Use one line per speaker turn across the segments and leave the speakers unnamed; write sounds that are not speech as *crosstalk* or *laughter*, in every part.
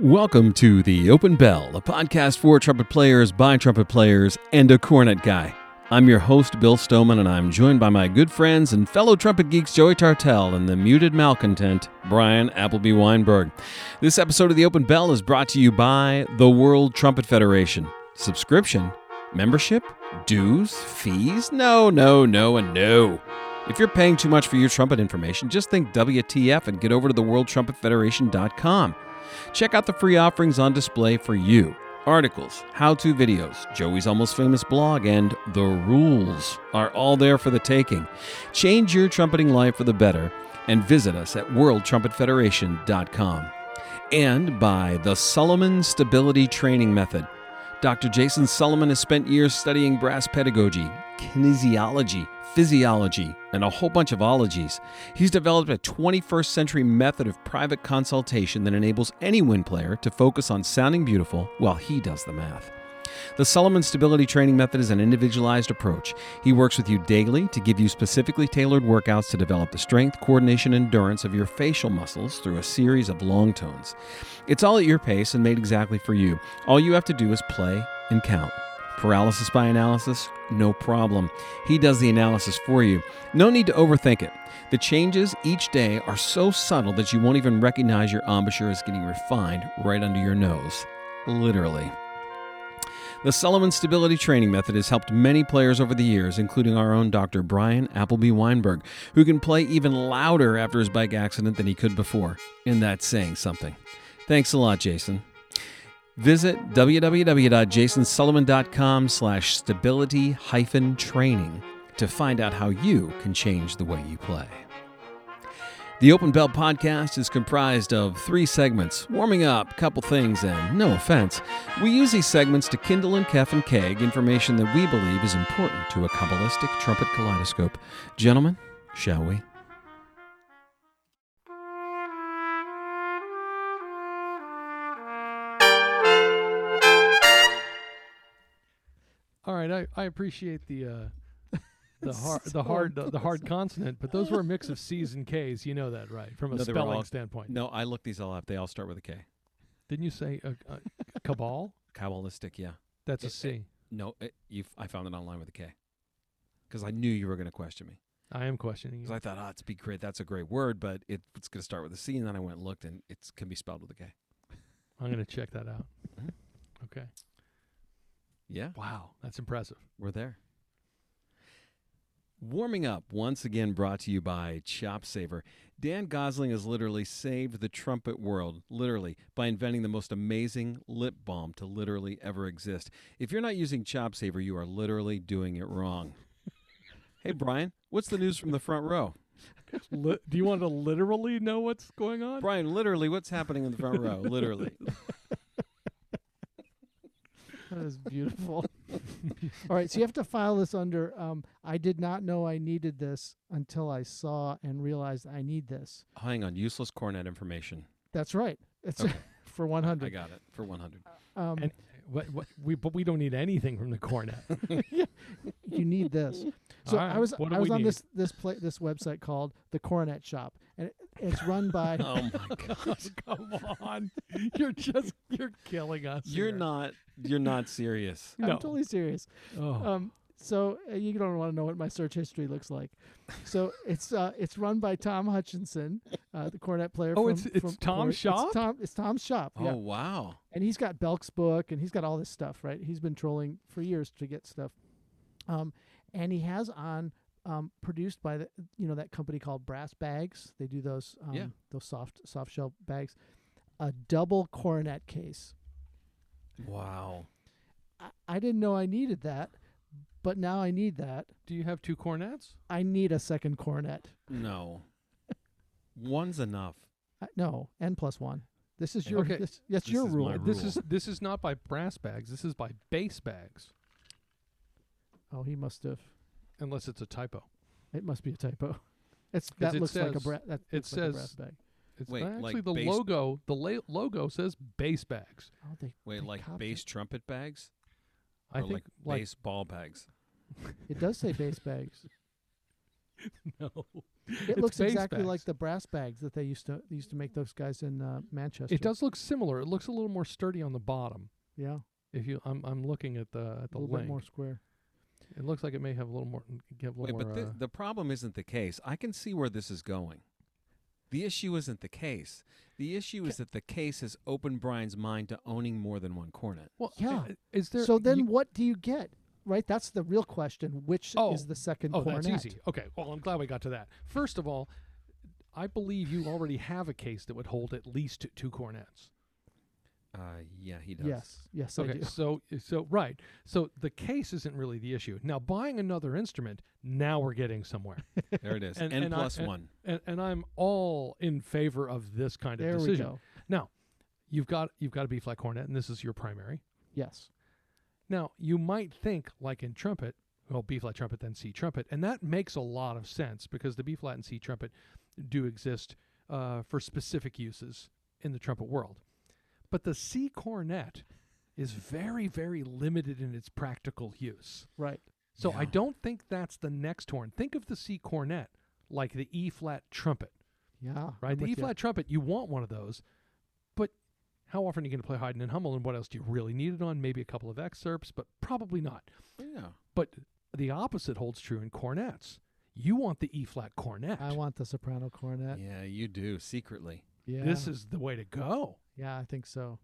Welcome to The Open Bell, a podcast for trumpet players, by trumpet players, and a cornet guy. I'm your host, Bill Stoneman, and I'm joined by my good friends and fellow trumpet geeks Joey Tartell and the muted malcontent, Brian Appleby Weinberg. This episode of The Open Bell is brought to you by the World Trumpet Federation. Subscription, membership, dues, fees? No, no, no, and no. If you're paying too much for your trumpet information, just think WTF and get over to the worldtrumpetfederation.com. Check out the free offerings on display for you articles, how to videos, Joey's Almost Famous blog, and the rules are all there for the taking. Change your trumpeting life for the better and visit us at worldtrumpetfederation.com. And by the Solomon Stability Training Method. Dr. Jason Solomon has spent years studying brass pedagogy, kinesiology, physiology, and a whole bunch of ologies. He's developed a 21st century method of private consultation that enables any wind player to focus on sounding beautiful while he does the math. The Solomon Stability Training Method is an individualized approach. He works with you daily to give you specifically tailored workouts to develop the strength, coordination, and endurance of your facial muscles through a series of long tones. It's all at your pace and made exactly for you. All you have to do is play and count. Paralysis by analysis? No problem. He does the analysis for you. No need to overthink it. The changes each day are so subtle that you won't even recognize your embouchure is getting refined right under your nose. Literally. The Solomon Stability Training Method has helped many players over the years, including our own Dr. Brian Appleby Weinberg, who can play even louder after his bike accident than he could before. And that's saying something. Thanks a lot, Jason. Visit www.jasonsullivan.com slash stability hyphen training to find out how you can change the way you play. The Open Bell podcast is comprised of three segments warming up, couple things, and no offense. We use these segments to kindle and kef and keg information that we believe is important to a Kabbalistic trumpet kaleidoscope. Gentlemen, shall we?
All right, I, I appreciate the uh, *laughs* the hard the hard the, the hard consonant, but those were a mix of C's and K's. You know that, right? From a
No, they were
spelling
all-
standpoint,
No, I looked these all up. They all start with a K.
didn't you say a, a cabal?
Kabbalistic, yeah.
That's
It-
*laughs* a
it-
C.
No, it, you. I found it online with a K. Because I knew you were going to question me.
I am questioning
Because
you.
I thought, oh, it's be great. That's a great word, but it, it's going to start with a C. And then I went and looked, and it can be spelled with a K.
I'm gonna check that out.
Mhm.
Okay.
Yeah,
Mm-hmm. Wow, that's impressive.
we're there. Warming up once again brought to you by Chop Saver. Dan Gosling has literally saved the trumpet world, literally, by inventing the most amazing lip balm to literally ever exist. If you're not using Chop Saver, you are literally doing it wrong. *laughs* hey, Brian, what's the news from the front row?
Li- do you want to literally know what's going on?
Brian, literally, what's happening in the front row? Literally.
That is beautiful. *laughs* All right, so you have to file this under. Um, I did not know I needed this until I saw and realized I need this.
Hang on, useless cornet information.
That's right. It's
Okay.
*laughs* for
I
100.
got it for 100.
Um,
Oh. And- What, what, we but we don't need anything from the *laughs* cornet.
you need
*laughs*
this. So
All right,
I was
what do
I was
we
on
need?
this this pla- this website called the Coronet Shop, and it, it's
*laughs*
run by.
Oh my god.
Come on, you're just you're killing us.
*laughs* You're
here.
not you're not serious.
I'm
no.
totally serious.
Oh.
Um, so uh, you don't want to know what my search history looks like. So it's uh, it's run by Tom Hutchinson, uh, the cornet player.
Oh,
from,
it's- it's
from
Tom's
Corey.
shop?
It's Tom. It's Tom's shop. *laughs* yeah.
Oh wow.
and he's got Belk's book and he's got all this stuff, right? He's been trolling for years to get stuff. Um, and he has on um, produced by the you know that company called Brass Bags. They do those um,
Yeah.
those soft soft shell bags. A double coronet case.
Wow.
I, I didn't know I needed that, but now I need that.
do you have two cornets?
I need a second coronet.
No. One's enough.
I, no, n plus one. This is your
Okay.
this, that's
This
your
is my
rule.
rule.
This is this is not by brass bags. This is by base bags.
Oh, he must have.
unless it's a typo.
It must be a typo. It's that
it
looks like a
says-
bra- that
it
looks like a brass
says-
bag.
It's
Wait,
actually
like
the
base-
logo. The la- logo says base bags.
Oh, they
Wait,
they
like
copied-
bass trumpet bags
I
or
think
like,
like
bass ball bags? *laughs*
It does say base bags.
*laughs* no.
It
It's
looks
bass
exactly like
bags.
the brass bags that they used to they used to make those guys in uh, Manchester.
It does look similar. It looks a little more sturdy on the bottom.
yeah,
If you, I'm, I'm looking at the at
a
the
little
link.
bit more square.
It looks like it may have a little more. Give a
Wait,
little
but
more.
the,
uh,
the problem isn't the case. I can see where this is going. The issue isn't the case. The issue is that the case has opened Brian's mind to owning more than one cornet.
well,
Yeah.
uh, Is there?
so then,
you-
what do you get? Right, that's the real question. Which
Oh.
is the second
oh,
cornet?
that's easy. Okay. Well, I'm glad we got to that. First of all, I believe you already have a case that would hold at least two cornets.
Uh, yeah, he does.
Yes, yes,
*laughs*
I
Okay,
do.
so eh, so right, so the case isn't really the issue. Now buying another instrument, now we're getting somewhere,
There it is.
And-
N
and I-
plus
and-
one.
and, and I'm all in favor of this kind of
There we
decision.
go.
You've got you've got a B flat cornet, and this is your primary.
Yes,
Now you might think like in trumpet, well B flat trumpet then C trumpet, and that makes a lot of sense because the B flat and C trumpet do exist uh, for specific uses in the trumpet world, but the C cornet is very very limited in its practical use.
right.
So I
Yeah.
don't think that's the next horn. Think of the C cornet like the E flat trumpet,
Yeah, I'm
right? The
with
E
ya.
flat trumpet, you want one of those, but how often are you going to play Haydn and Hummel, and what else do you really need it on? Maybe a couple of excerpts, but probably not.
Yeah.
But the opposite holds true in cornets. You want the E flat cornet.
I want the soprano cornet.
Yeah, you do secretly.
Yeah,
This is the way to go.
yeah, I think so.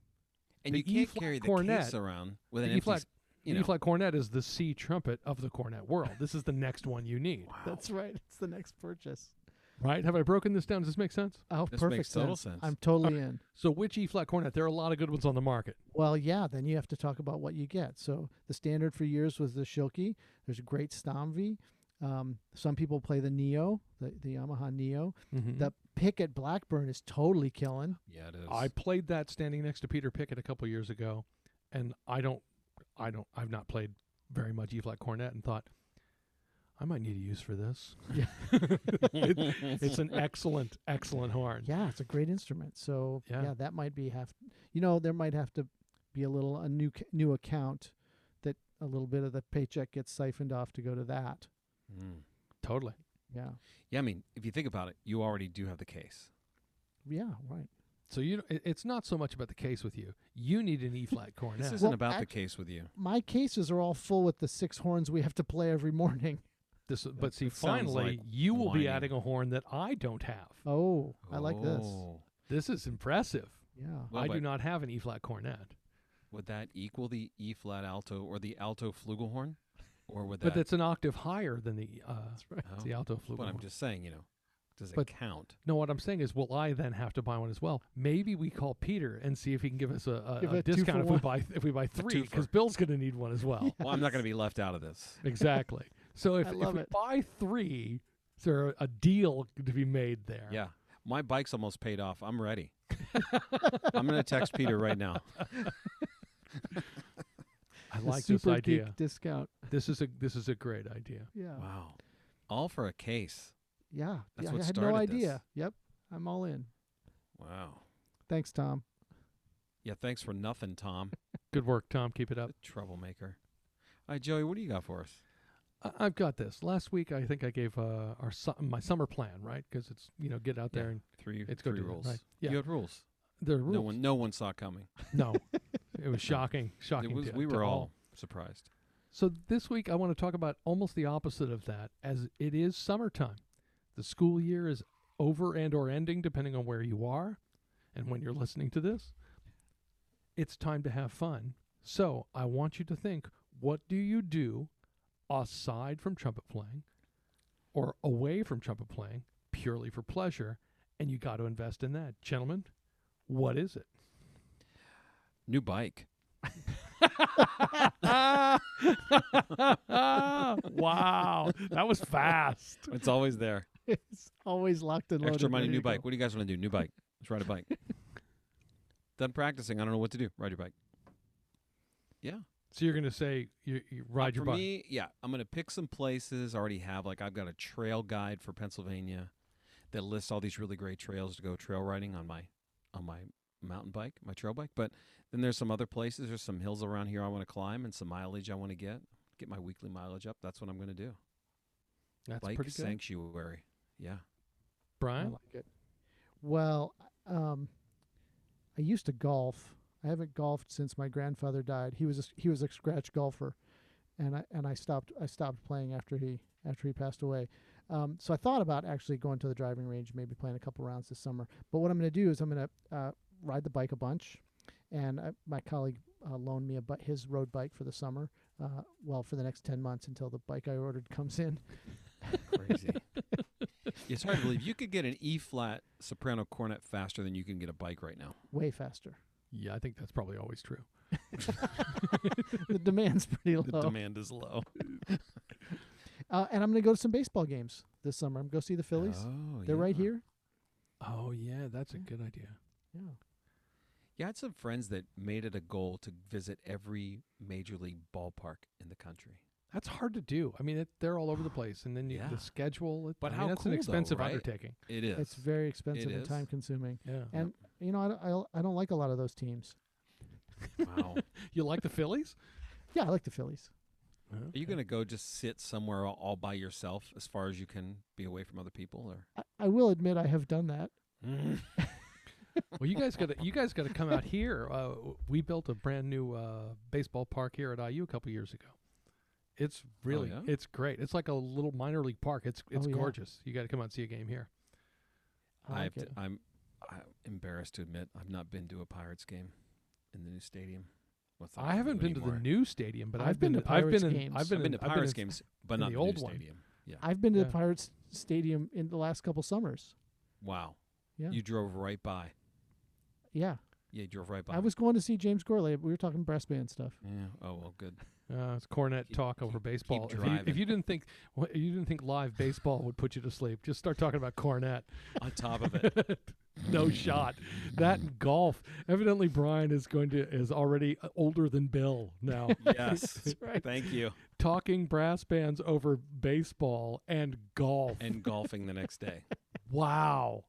And
The
you can't
E-flat
carry the
E cornet-
case around with an
the
empty.
E-flat-
s- you
the
know.
E flat cornet is the C trumpet of the cornet world. This is the next one you need,
Wow.
That's right. It's the next purchase.
right? Have I broken this down? Does this make sense?
Oh,
This
perfect.
makes total sense.
I'm totally in.
So, which E flat cornet? There are a lot of good ones on the market.
Well, yeah, then you have to talk about what you get. So the standard for years was the Schilke. There's a great Stomvi. Um, some people play the Neo, the, the Yamaha Neo.
Mm-hmm.
The Pickett Blackburn is totally killing.
yeah, it is. *laughs*
I *laughs* played that standing next to Peter Pickett a couple years ago, and I don't, I don't, I've not played very much E flat cornet, and thought I might need a use for this.
Yeah.
*laughs*
*laughs* It- it's an excellent, excellent horn.
Yeah, it's a great instrument. So yeah.
Yeah.
that might be have. You know, there might have to be a little a new c- new account that a little bit of the paycheck gets siphoned off to go to that.
Mm.
Totally.
Yeah,
Yeah, I mean, if you think about it, you already do have the case.
yeah, right.
So you, it- it's not so much about the case with you. You need an E
*laughs*
flat
This
cornet.
isn't
Well,
about the
act-
case with you.
My cases are all full with the six horns we have to play every morning. *laughs*
this, but see,
that sounds
finally,
like
you will
whining.
be adding a horn that I don't have.
Oh, I like this.
Oh.
This is impressive.
Yeah.
Well,
I
but-
do not have an E flat cornet.
Would that equal the E flat alto or the alto flugelhorn? Or would
But
that
that's an octave higher than the uh,
right.
Oh,
the alto
but I'm
flugelhorn.
just saying, you know, does it
But-
count?
*laughs* No, what I'm saying is, will I then have to buy one as well? Maybe we call Peter and see if he can give us a, a,
Give
a
a two for
discount if we
one.
buy if we buy three, because
twofer.
Bill's going to need one as
*laughs*
well.
Well, I'm not going to be left out of this.
exactly. So if,
I
if
love
we
it.
buy three, is there a, a deal to be made there?
Yeah. My bike's almost paid off. I'm ready. *laughs* I'm going to text Peter right now.
I
The
like this
super
idea.
geek discount.
This is a this is a great idea.
Yeah.
Wow. All for a case.
Yeah.
That's
yeah,
what
I had no
started
idea.
this.
Yep. I'm all in.
Wow.
Thanks, Tom. *laughs*
Yeah, thanks for nothing, Tom.
Good work, Tom. Keep it up.
The troublemaker. All right, Joey, what do you got for us?
I- I've got this. Last week, I think I gave uh, our su- my summer plan right because it's you know get out there
Yeah.
and
Three,
It's good
three
to do it,
rules.
right. Yeah.
You had rules.
there are rules.
No one no one saw coming. *laughs*
No, it was shocking. Shocking.
It was,
to-
we
to
were all surprised.
So this week I want to talk about almost the opposite of that as it is summertime. The school year is over and or ending depending on where you are and when you're listening to this. It's time to have fun. So, I want you to think, what do you do aside from trumpet playing or away from trumpet playing purely for pleasure and you got to invest in that. Gentlemen, what is it?
New bike.
*laughs* wow, that was fast.
It's always there.
It's always locked and loaded.
Extra money,
ready
new
to go.
bike. What do you guys want to do? New bike. Let's ride a
*laughs*
bike. Done practicing. I don't know what to do. Ride your bike. Yeah.
So you're gonna say you, you ride your
for
bike?
me, yeah, I'm gonna pick some places I already have. Like I've got a trail guide for Pennsylvania that lists all these really great trails to go trail riding on my on my mountain bike, my trail bike. But then there's some other places. There's some hills around here I want to climb and some mileage I want to get. Get my weekly mileage up. That's what I'm gonna do.
That's
like
pretty good.
sanctuary. Yeah.
I
Brian,
like it. Well, um, I used to golf. I haven't golfed since my grandfather died. He was a, s- he was a scratch golfer, and I and I stopped I stopped playing after he after he passed away. Um, so I thought about actually going to the driving range, maybe playing a couple rounds this summer. But what I'm going to do is I'm going to uh, ride the bike a bunch, and I, my colleague uh, loaned me a bu- his road bike for the summer. Uh, well, for the next ten months until the bike I ordered comes in.
Crazy. *laughs* it's hard to believe you could get an E flat soprano cornet faster than you can get a bike right
*laughs*
now.
Way faster.
yeah, I think that's probably always true.
The demand's pretty low.
The demand is low.
Uh, and I'm going to go to some baseball games this summer. I'm going to go see the Phillies.
Oh,
They're right
yeah.
here.
Oh yeah, that's a
Yeah.
good idea.
Yeah.
Yeah, I had some friends that made it a goal to visit every major league ballpark in the country.
That's hard to do. I mean, it, they're all over the place, and then you,
Yeah.
the schedule. It,
But
I mean,
how
that's
cool
an
though,
expensive
right?
undertaking.
It is.
It's very expensive and
is.
time consuming.
Yeah.
And- You know, I don't, I don't, I don't like a lot of those teams.
*laughs*
wow. Are
you like the Phillies?
Yeah, I like the Phillies.
you going to go just sit somewhere all, all by yourself as far as you can be away from other people or
I, I will admit I have done that.
Well, you guys got to you guys got to come out here. Uh, w- we built a brand new uh, baseball park here at IU a couple years ago. It's really
Oh, yeah?
it's great. It's like a little minor league park. It's it's
Oh, yeah.
gorgeous. You got to come out and see a game here.
I
I've
like
t-
it.
I'm I'm embarrassed to admit I've not been to a Pirates game in the new stadium. What's
I haven't been to the new stadium, but I've,
I've been to
I've been
Pirates
in,
games.
I've been,
I've been to
in- I've
Pirates
in-
games, but
in
not
the
the, new
old one.
stadium. Yeah.
I've been to
yeah.
the Pirates Stadium in the last couple summers.
wow.
Yeah.
You drove right by.
Yeah.
Yeah, you drove right by.
I was going to see James Gorley. We were talking brass band stuff.
Yeah. Oh well,
*laughs*
good.
Uh, it's cornet
Keep-
talk over
keep- keep
baseball. if, you,
driving.
if you didn't think wha- you didn't think live baseball would put you to sleep, just start talking about cornet.
On top of it,
*laughs* no shot. That and golf. Evidently, Brian is going to is already uh, older than Bill
*laughs*
now.
yes.
right.
Thank you.
Talking brass bands over baseball and golf.
And golfing the next day.
wow.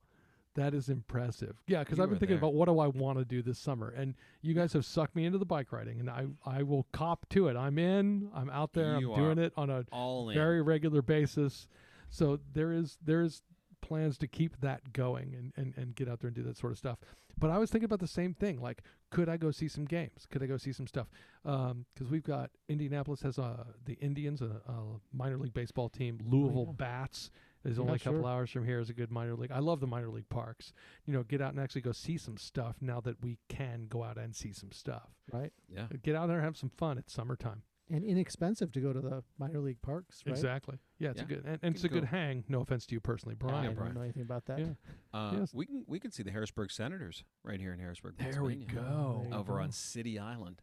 That is impressive. Yeah, because
You
I've been
were
thinking
there.
about what do I want to do this summer, and you guys have sucked me into the bike riding, and I I will cop to it. I'm in. I'm out there.
You
I'm doing
are
it on a
All in.
very regular basis. So there is there is plans to keep that going and, and, and get out there and do that sort of stuff. But I was thinking about the same thing. Like, could I go see some games? Could I go see some stuff? Because we've got Indianapolis has uh, the Indians, a, a minor league baseball team. Louisville
Oh, yeah.
Bats is
Yeah,
only a couple
sure.
hours from here. Is a good minor league. I love the minor league parks. You know, get out and actually go see some stuff now that we can go out and see some stuff.
Right.
Yeah.
Get out there and have some fun. It's summertime.
And inexpensive to go to the minor league parks, right?
Exactly. Yeah, it's
Yeah.
a good and, and it's
Can
a good
go.
hang. No offense to you personally,
I
Brian.
Yeah,
don't
Brian.
know anything about that.
Yeah.
Uh,
Yes.
We can we can see the Harrisburg Senators right here in Harrisburg.
There we
Pennsylvania,
go.
There you
Over
go.
on City Island.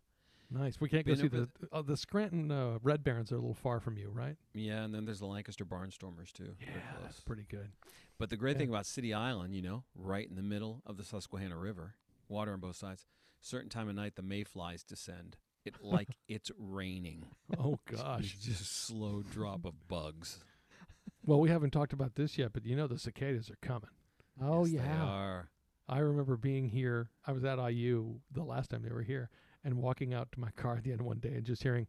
Nice. We can't go
Been
see
over
the uh, the Scranton uh, Red Barons are a little far from you, right?
Yeah, and then there's the Lancaster Barnstormers too. They're
that's
close.
pretty
*laughs*
good.
But the great
Yeah.
thing about City Island, you know, right in the middle of the Susquehanna River, water on both sides. Certain time of night, the mayflies descend. It
*laughs*
like it's raining.
Oh
It's
gosh.
just a slow drop of bugs.
well, we haven't talked about this yet, but you know the cicadas are coming.
Oh,
Yes, they
*laughs*
yeah.
are.
I remember being here. I was at IU the last time they were here, and walking out to my car at the end of one day and just hearing,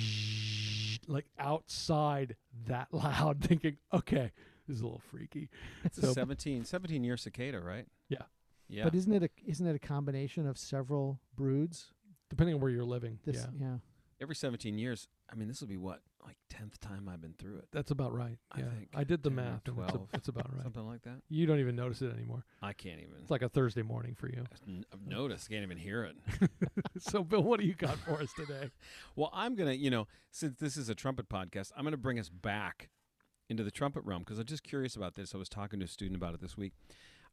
zzzz, like outside that *laughs* loud, thinking, okay, this is a little freaky.
It's
So-
a 17, 17 year cicada, right?
Yeah.
Yeah.
But isn't it a isn't it a combination of several broods?
Depending on where you're living,
This
yeah,
yeah.
Every 17 years, I mean, this will be what, like 10th time I've been through it?
that's about right.
I
yeah,
think
I did the
10 or
math. and it's a-
12,
it's about right.
Something like that?
You don't even notice it anymore.
I can't even.
It's like a Thursday morning for you. *laughs*
I've n- I've noticed, can't even hear it.
so, Bill, what do you got for us today?
*laughs* Well, I'm going to, you know, since this is a trumpet podcast, I'm going to bring us back into the trumpet realm because I'm just curious about this. I was talking to a student about it this week.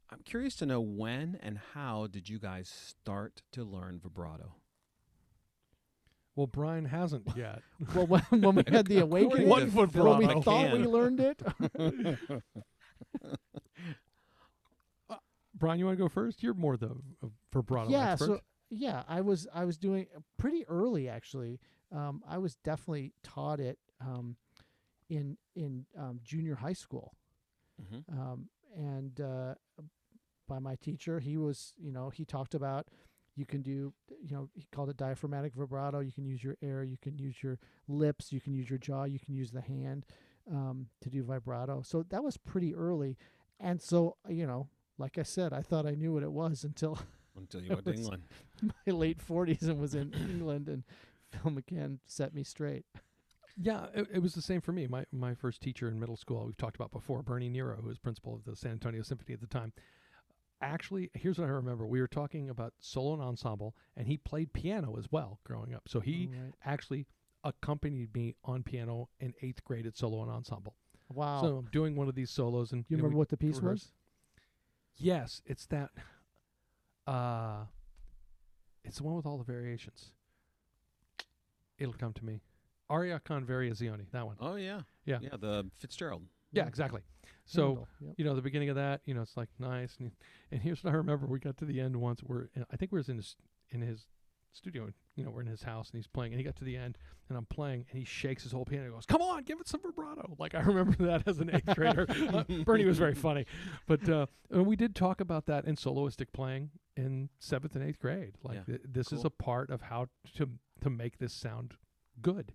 I'm curious to know when and how did you guys start to learn vibrato?
Well, Brian hasn't yet.
Well, when, when we had the awakening,
One foot
Phil
when we
Bravo.
thought we
McCann.
learned it,
*laughs* Brian, you want to go first? You're more the uh, vibrato
yeah
expert.
so yeah i was i was doing uh, pretty early actually um, i was definitely taught it um, in in um, junior high school
Mhm.
um, and uh, by my teacher he was you know he talked about you can do you know he called it diaphragmatic vibrato you can use your air you can use your lips you can use your jaw you can use the hand um, to do vibrato. So that was pretty early, and so you know, like I said, I thought I knew what it was *laughs* until
Until you went to
*laughs* was-
England.
my late forties and was
*coughs*
in England, and Phil McCann set me straight.
Yeah, it, it was the same for me. My my first teacher in middle school, we've talked about before, Bernie Nero, who was principal of the San Antonio Symphony at the time. Actually, here's what I remember: we were talking about solo and ensemble, and he played piano as well growing up. So he
All right.
actually accompanied me on piano in eighth grade at solo and ensemble.
Wow.
So I'm doing one of these solos, and
you
know, we-
remember what the piece
rehearse.
was?
Yes, it's that. Uh, it's the one with all the variations. It'll come to me. Aria con variazioni, that one.
Oh yeah.
Yeah.
Yeah, the Fitzgerald.
Yeah,
Yeah.
exactly. So
Handel,
*laughs*
yep.
you know the beginning of that, you know, it's like nice, and, and here's what I remember: we got to the end once. We're I think we was in his in his studio, you know, we're in his house, and he's playing, and he got to the end, and I'm playing, and he shakes his whole piano, and goes, "Come on, give it some vibrato!" Like I remember *laughs* that as an eighth grader. Uh, Bernie was very funny, but uh, and we did talk about that in soloistic playing in seventh and eighth grade. Like
Yeah,
th- this is
cool.
a part of how to to make this sound good.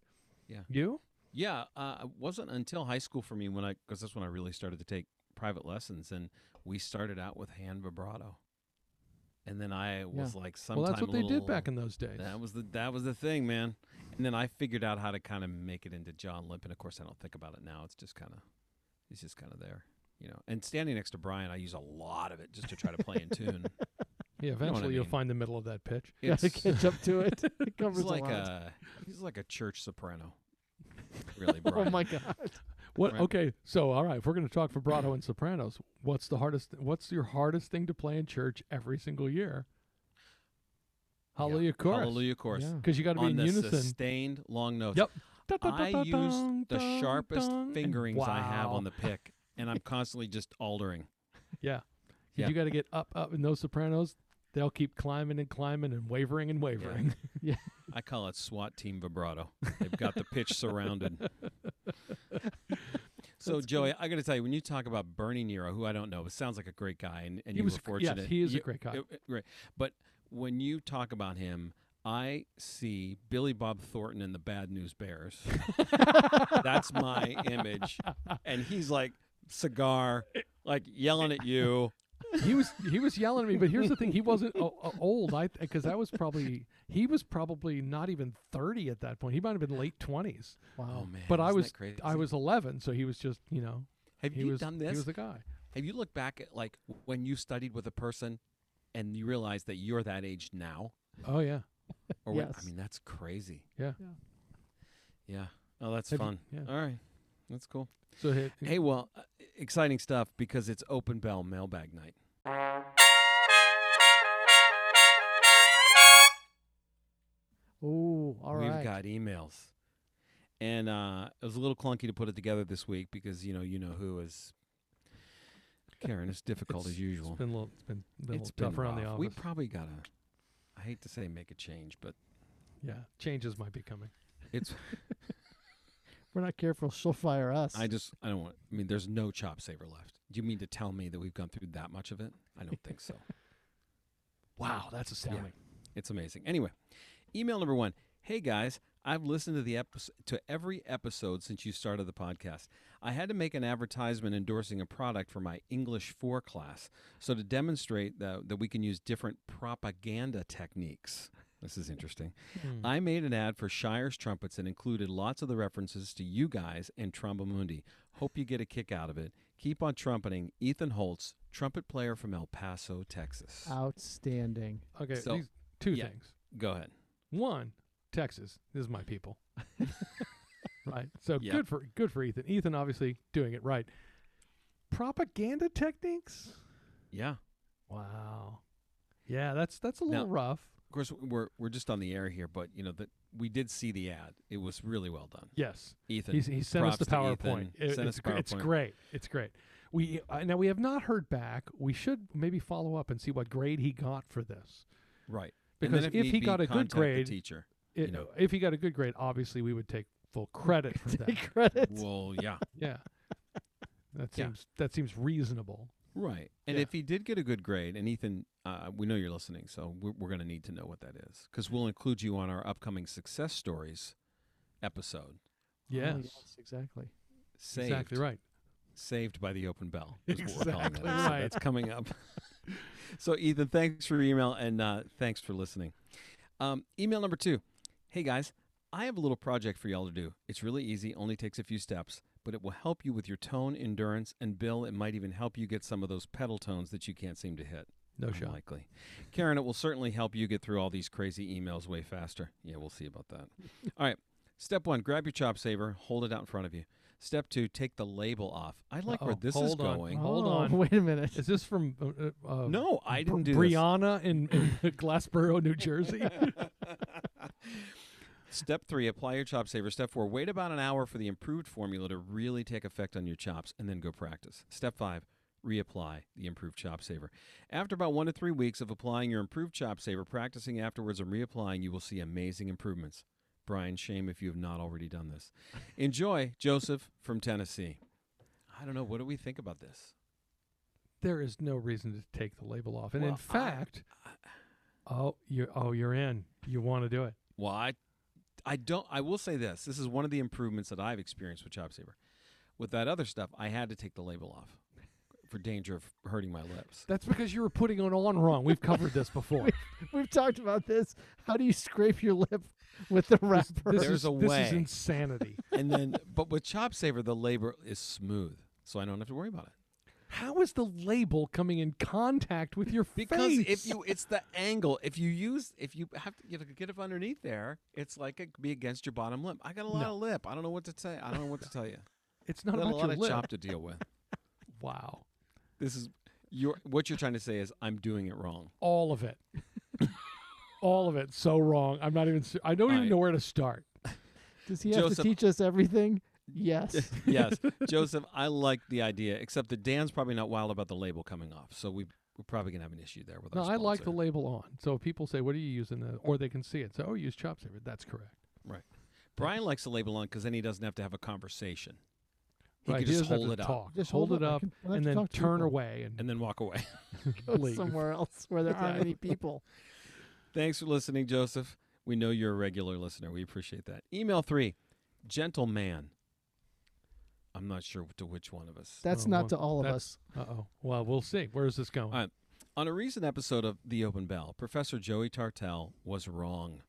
Yeah.
You?
Yeah, uh, it wasn't until high school for me when I, because that's when I really started to take private lessons, and we started out with hand vibrato, and then I was like, sometime
well, that's what they did back
in.
in those days.
That was the that was the thing, man. And then I figured out how to kind of make it into John Limp, and of course I don't think about it now. It's just kind of, it's just kind of there, you know. And standing next to Brian, I use a lot of it just to try to play in
*laughs*
tune.
Yeah,
what I
eventually you'll
mean.
find the middle of that pitch.
Got to
It's-
catch up to it.
*laughs*
*laughs* It
he's
covers
like
a lot.
a he's like a church soprano, really,
*laughs*
oh
Brian.
my god.
What?
Right.
Okay, so all right, if we're going to talk vibrato and sopranos, what's the hardest? What's your hardest thing to play in church every single year?
Yeah.
Hallelujah chorus.
Hallelujah chorus.
Yeah.
Because you got to be
On
in
the
unison.
sustained long notes.
Yep.
I use the sharpest fingerings
fingerings
I have on the pick, and I'm constantly just altering.
Yeah. 'Cause
Yeah.
You got to get up, up, and those sopranos, they'll keep climbing and climbing and wavering and wavering.
I call it SWAT team vibrato. They've got the pitch
*laughs*
surrounded. so, Joey, I got to tell you, when you talk about Bernie Nero, who I don't know, but sounds like a great guy, and, and
*laughs* He
you
was
were
a gr- yes,
fortunate.
he is a
You-
great guy.
uh, uh, right. But when you talk about him, I see Billy Bob Thornton and the Bad News
*laughs*
Bears. That's my image, and he's like cigar, like yelling at you.
he was he was yelling at me but here's the thing he wasn't o- o- old i because that was probably he was probably not even 30 at that point he might have been late 20s
Oh
Wow.
man!
Mm. but i
isn't that
was
crazy?
i was 11 so he was just you know
Have
he
you
was
done
he
this?
was a guy
Have you looked back at like w- when you studied with a person and you realize that you're that age now?
oh yeah
Or when- I
Yes.
mean, that's crazy.
Yeah.
Yeah.
Yeah. Oh, that's
Have you-
fun.
yeah.
All right. That's cool.
so he,
Hey, well, uh, exciting stuff because it's open bell mailbag night.
Oh, all
We've
right.
got emails. And uh, it was a little clunky to put it together this week because, you know, you know who is. Karen, it's difficult as
it's
usual.
been a little it's been, been
It's
a little tough around the
rough.
office
We probably got to, I hate to say make a change, but
yeah changes might be coming
it's
We're not careful. She'll fire us.
I just I don't want. I mean, there's no chop saver left. Do you mean to tell me that we've gone through that much of it? I don't think so.
*laughs* wow that's astounding
It's amazing. Anyway, email number one. Hey guys, I've listened to the epis to every episode since you started the podcast. I had to make an advertisement endorsing a product for my English four class. So to demonstrate that, that we can use different propaganda techniques. This is interesting.
Hmm.
I made an ad for Shire's trumpets and included lots of the references to you guys and Trombomundi. Hope you get a kick out of it. Keep on trumpeting. Ethan Holtz, trumpet player from El Paso, Texas.
Uh,
Outstanding.
*laughs* okay
so-
these two
yeah.
things
Go ahead.
One, Texas. This is
*laughs*
my people. right. So
Yeah.
good for good for Ethan. Ethan obviously doing it right. Propaganda techniques?
Yeah.
Wow. Yeah, that's that's a little
Now-
rough.
Of course, we're we're just on the air here, but you know that we did see the ad. It was really well done,
Yes.
Ethan.
He's, he sent us the
props to
PowerPoint.
Ethan.
It-
Sent
it's,
us
gr- it's
PowerPoint.
great. It's great. We uh, now we have not heard back. We should maybe follow up and see what grade he got for this.
right? And
Because
then
if,
need be,
he got a good
contact the
grade,
teacher.
it-
you know.
if he got a good grade, obviously we would take full credit for that.
Take credit.
Well, yeah,
Yeah. That
Yeah. Oh,
seems that seems reasonable.
right. And
Yeah.
if he did get a good grade, and Ethan, uh, we know you're listening, so we're, we're going to need to know what that is because we'll include you on our upcoming success stories episode.
Oh,
Yes.
yes, exactly.
Saved.
Exactly right.
Saved by the open bell. Is what we're calling that.
Exactly
So
right.
That's coming up. *laughs* so, Ethan, thanks for your email and uh, thanks for listening. Um, email number two. Hey, guys, I have a little project for y'all to do. It's really easy, only takes a few steps, but it will help you with your tone, endurance, and Bill, it might even help you get some of those pedal tones that you can't seem to hit.
No shot.
Unlikely. Karen, it will certainly help you get through all these crazy emails way faster. Yeah, we'll see about
*laughs*
that. all right. Step one, grab your chop saver, hold it out in front of you. Step two, take the label off. I like where
Uh-oh,
this is
hold on.
going.
Hold
Oh,
on.
*laughs* Wait a minute.
Is this from uh, uh, uh,
No, I didn't do this.
Brianna in, in *laughs* Glassboro,
*laughs*
New Jersey?
Step three, apply your chop saver. Step four, wait about an hour for the improved formula to really take effect on your chops and then go practice. Step five, reapply the improved chop saver. After about one to three weeks of applying your improved chop saver, practicing afterwards, and reapplying, you will see amazing improvements. Brian, shame if you have not already done this. Enjoy, Joseph from Tennessee. I don't know. What do we think about this?
there is no reason to take the label off. And
Well,
in
I-
fact, oh, you're oh you're in. You want to do it.
Well, I, I don't. I will say this. This is one of the improvements that I've experienced with Chop Saver. With that other stuff, I had to take the label off for danger of hurting my lips.
That's because you were putting it on wrong. We've covered
*laughs*
this before.
We've talked about this. How do you scrape your lip *laughs* with the wrapper?
this
There's
is,
a
this
way.
is insanity.
and
*laughs*
then, but with Chop Saver, the label is smooth, so I don't have to worry about it.
How is the label coming in contact with your
Because
face?
if you, it's the angle. If you use, if you have to you know, get up underneath there, it's like it could be against your bottom lip. I got a lot
No.
of lip. I don't know what to say. I don't know what to tell
*laughs*
you.
it's not
Got
about
a lot
your
of
lip.
chop to deal with.
Wow,
This is your what you're trying to say is I'm doing it wrong.
all of it, *laughs* all of it, so wrong. I'm not even. se- I don't
I-
even know where to start.
Does he have to
Joseph-
teach us everything? Yes.
*laughs*
yes, Joseph, I like the idea, except that Dan's probably not wild about the label coming off, so we we're probably gonna have an issue there with.
No,
our
I like the
sponsor.
label on. So if people say, "What are you using?" The, or they can see it. So, oh, use chop saver. That's correct.
Brian likes the label on because then he doesn't have to have a conversation. He
right.
can
he
just
doesn't have
hold it
to
up
Talk.
Just
hold,
hold
it
up. I
up
can- I like
and
to
then
talk to
turn
people.
away and,
and then walk away. *laughs*
*laughs*
Go
leave.
somewhere else where there aren't any people.
Thanks for listening, Joseph. We know you're a regular listener. We appreciate that. Email three, gentleman. I'm not sure to which one of us.
*laughs* That's
Oh,
not
well,
to all of
that's-
us.
Uh oh. Well, we'll see. Where is this going?
All right. On a recent episode of The Open Bell, Professor Joey Tartell was wrong.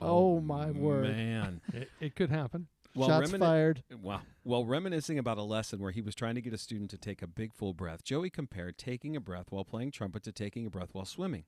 Oh, my word.
*laughs*
Man.
It, it could happen.
While
Shots
remini-
fired.
Wow. While reminiscing about a lesson where he was trying to get a student to take a big full breath, Joey compared taking a breath while playing trumpet to taking a breath while swimming.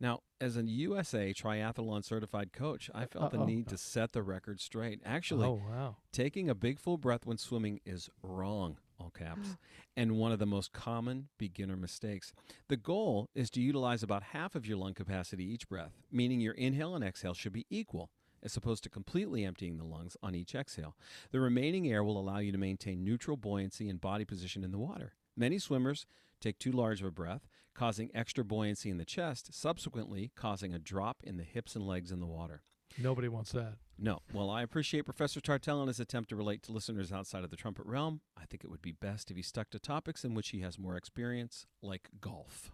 Now, as a USA triathlon certified coach, I felt the
Uh-oh.
need to set the record straight. Actually,
oh wow.
taking a big full breath when swimming is wrong, all caps, and one of the most common beginner mistakes. The goal is to utilize about half of your lung capacity each breath, meaning your inhale and exhale should be equal, as opposed to completely emptying the lungs on each exhale. The remaining air will allow you to maintain neutral buoyancy and body position in the water. Many swimmers take too large of a breath, causing extra buoyancy in the chest, subsequently causing a drop in the hips and legs in the water.
Nobody wants that.
No. Well, I appreciate Professor Tartell and his attempt to relate to listeners outside of the trumpet realm. I think it would be best if he stuck to topics in which he has more experience, like
*laughs*
golf.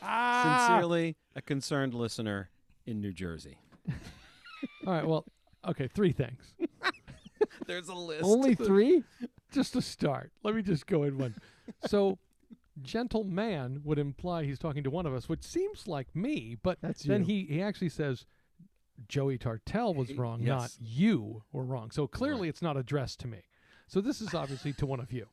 Sincerely, a concerned listener in New Jersey.
All right.
*laughs*
Well, okay. Three things.
There's a list. *laughs*
Only three?
just to start, let me just go in one. So, gentleman would imply he's talking to one of us, which seems like me, but
That's
then
you.
he, he actually says Joey Tartell was
Y-
wrong, not
yes.
you were wrong. So clearly it's not addressed to me. So this is obviously to one of
*laughs*
you,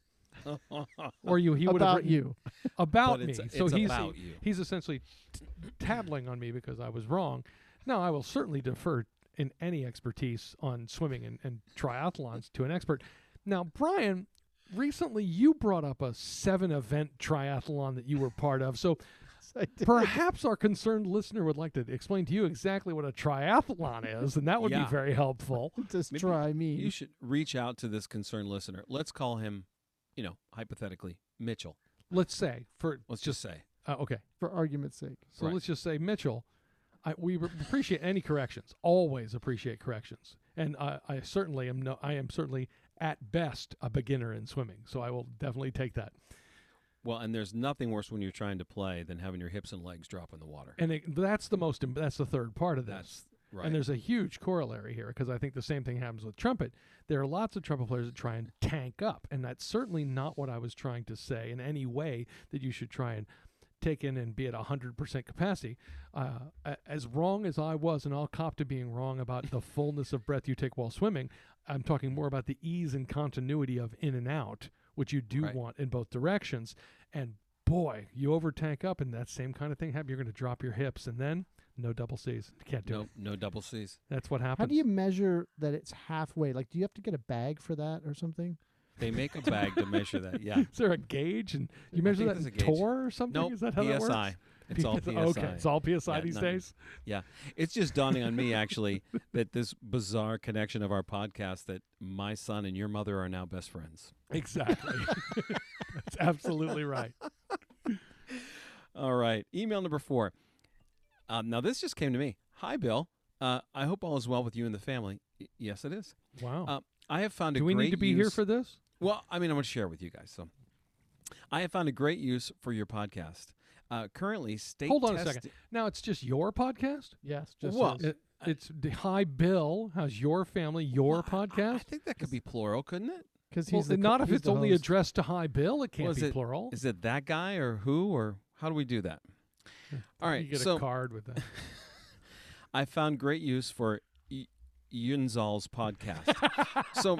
or you. He would have
about
written *laughs*
you.
about
But
me.
it's-
so
it's
he's
about you.
he's essentially t- tattling on me because I was wrong. Now I will certainly defer in any expertise on swimming and, and triathlons to an expert. Now Brian, recently you brought up a seven event triathlon that you were part of.
*laughs*
So
I
*laughs*
did.
perhaps our concerned listener would like to explain to you exactly what a triathlon is, and that would
Yeah.
be very helpful.
Just
Maybe
try
You
me.
should reach out to this concerned listener. Let's call him, you know, hypothetically, Mitchell.
Let's say for
Let's just say.
uh, okay.
for argument's sake.
So
Right.
let's just say, Mitchell, I, we re- appreciate any corrections. Always appreciate corrections, and I, I certainly am. No, I am certainly at best a beginner in swimming, so I will definitely take that.
Well, and there's nothing worse when you're trying to play than having your hips and legs drop in the water.
And it, that's the most. im- That's the third part of this.
That's Right.
And there's a huge corollary here because I think the same thing happens with trumpet. There are lots of trumpet players that try and tank up, and that's certainly not what I was trying to say in any way that you should try and take in and be at 100% capacity. Uh, a- as wrong as I was, and I'll cop to being wrong about the fullness of breath you take while swimming, I'm talking more about the ease and continuity of in and out, which you do
Right.
want in both directions. And boy, you over tank up, and that same kind of thing happens. You're going to drop your hips, and then no double C's. You can't do it.
no, no double C's.
That's what happens.
How do you measure that it's halfway? Like, do you have to get a bag for that or something?
They make a bag to measure that. Yeah.
Is there a gauge and you
I
measure
think
that
there's
in
a gauge.
Tor or
*laughs*
something?
Nope.
Is that how
PSI.
that works?
It's all PSI.
Okay, it's all PSI
Yeah,
these
nothing. *laughs*
days.
It's just dawning on me actually that this bizarre connection of our podcast that my son and your mother are now best friends.
Exactly.
*laughs*
That's absolutely right.
All right. Email number four. Um, now this just came to me. Hi, Bill. Uh, I hope all is well with you and the family. Y- yes, it is.
Wow.
Uh, I have found a
do we
great
need to be here
use-
for this?
Well, I mean, I'm going to share with you guys. So, I have found a great use for your podcast. Uh, currently, state
Hold on a
test-
second. Now it's just your podcast.
Yes.
Well,
Just
what?
says-
It, it's the- hi Bill. How's your family? Your
Well, I- I- I,
podcast?
think that could be plural, couldn't it?
Cause
well,
he's the, co-
not if
he's
it's
the
only
host.
addressed to hi Bill. It can't
Well, is
be
it-
plural.
Is it that guy or who or how do we do that? All right.
you get
so
a card with that.
I found great use for y- Yunzal's podcast. so,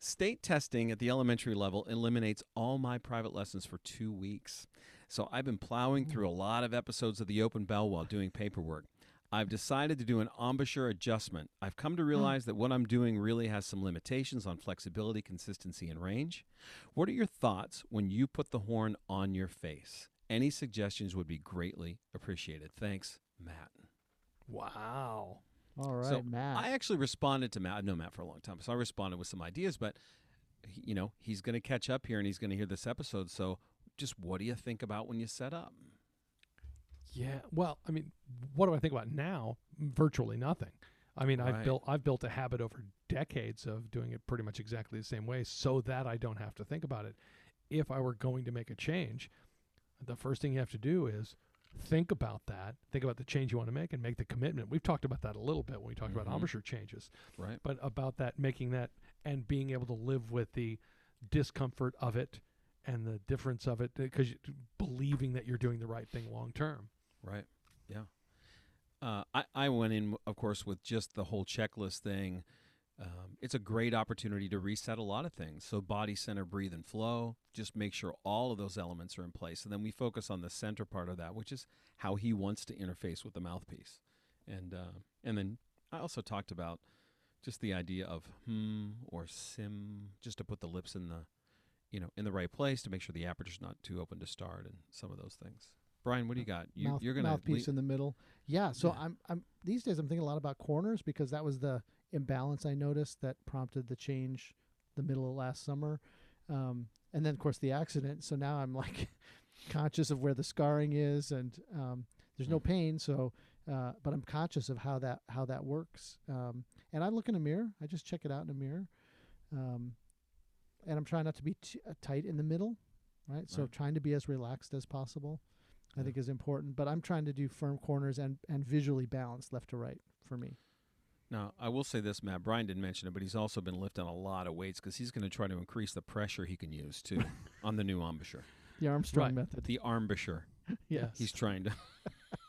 state testing at the elementary level eliminates all my private lessons for two weeks. So, I've been plowing through a lot of episodes of The Open Bell while doing paperwork. I've decided to do an embouchure adjustment. I've come to realize that what I'm doing really has some limitations on flexibility, consistency, and range. What are your thoughts when you put the horn on your face? Any suggestions would be greatly appreciated. Thanks, Matt.
wow.
All right,
So,
Matt.
I actually responded to Matt. I've known Matt for a long time, so I responded with some ideas, but he- you know, he's going to catch up here and he's going to hear this episode. So, just what do you think about when you set up?
Yeah. Well, I mean, what do I think about now? Virtually nothing. I mean,
Right.
I've built I've built a habit over decades of doing it pretty much exactly the same way, so that I don't have to think about it. If I were going to make a change, the first thing you have to do is think about that. Think about the change you want to make and make the commitment. We've talked about that a little bit when we talked
Mhm.
about embouchure changes
Right.
but about that making that and being able to live with the discomfort of it and the difference of it because believing that you're doing the right thing long term
Right. Yeah. Uh, I, I went in, of course, with just the whole checklist thing. Um, it's a great opportunity to reset a lot of things. So, body center, breathe and flow, just make sure all of those elements are in place. And then we focus on the center part of that, which is how he wants to interface with the mouthpiece. And, uh, and then I also talked about just the idea of hmm or sim, just to put the lips in the, you know, in the right place to make sure the aperture's not too open to start and some of those things. Brian, what do you got? You,
Uh, mouth,
you're gonna
mouthpiece
lea-
in the middle. Yeah. So
Yeah.
I'm I'm these days I'm thinking a lot about corners because that was the imbalance I noticed that prompted the change the middle of last summer, um, and then of course the accident. So now I'm like *laughs* conscious of where the scarring is, and um, there's no
Mm.
pain. So, uh, but I'm conscious of how that how that works. Um, and I look in a mirror. I just check it out in a mirror. Um, and I'm trying not to be t- uh, tight in the middle, right? So
Right.
trying to be as relaxed as possible,
Yeah.
I think is important. But I'm trying to do firm corners and and visually balanced left to right for me.
Now, I will say this, Matt. Brian didn't mention it, but he's also been lifting a lot of weights because he's going to try to increase the pressure he can use
*laughs*
too on the new embouchure,
The Armstrong
Right.
method.
the armbouchure.
Yes.
He's trying to *laughs*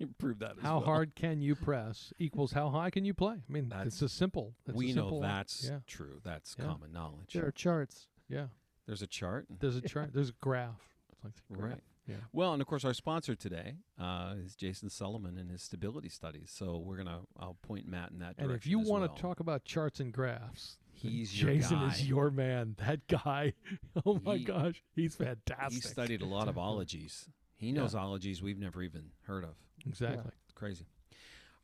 improve that. as
how
well.
hard can you press equals how high can you play i mean
That's-
it's a simple it's a
we know
simple-
that's
yeah
true. That's
Yeah.
common knowledge.
There are charts.
yeah
There's a chart.
there's a chart there's a graph It's like the graph.
Right.
Yeah.
Well, and of course, our sponsor today uh, is Jason Sullivan and his stability studies. So we're gonna, I'll point Matt in that
and
direction.
if you
want to
talk about charts and graphs then
He's your
jason
guy.
is your man that guy *laughs* oh my
He-
gosh he's fantastic
he studied a lot of
*laughs*
ologies. He knows ologies we've never even heard of.
exactly
Crazy.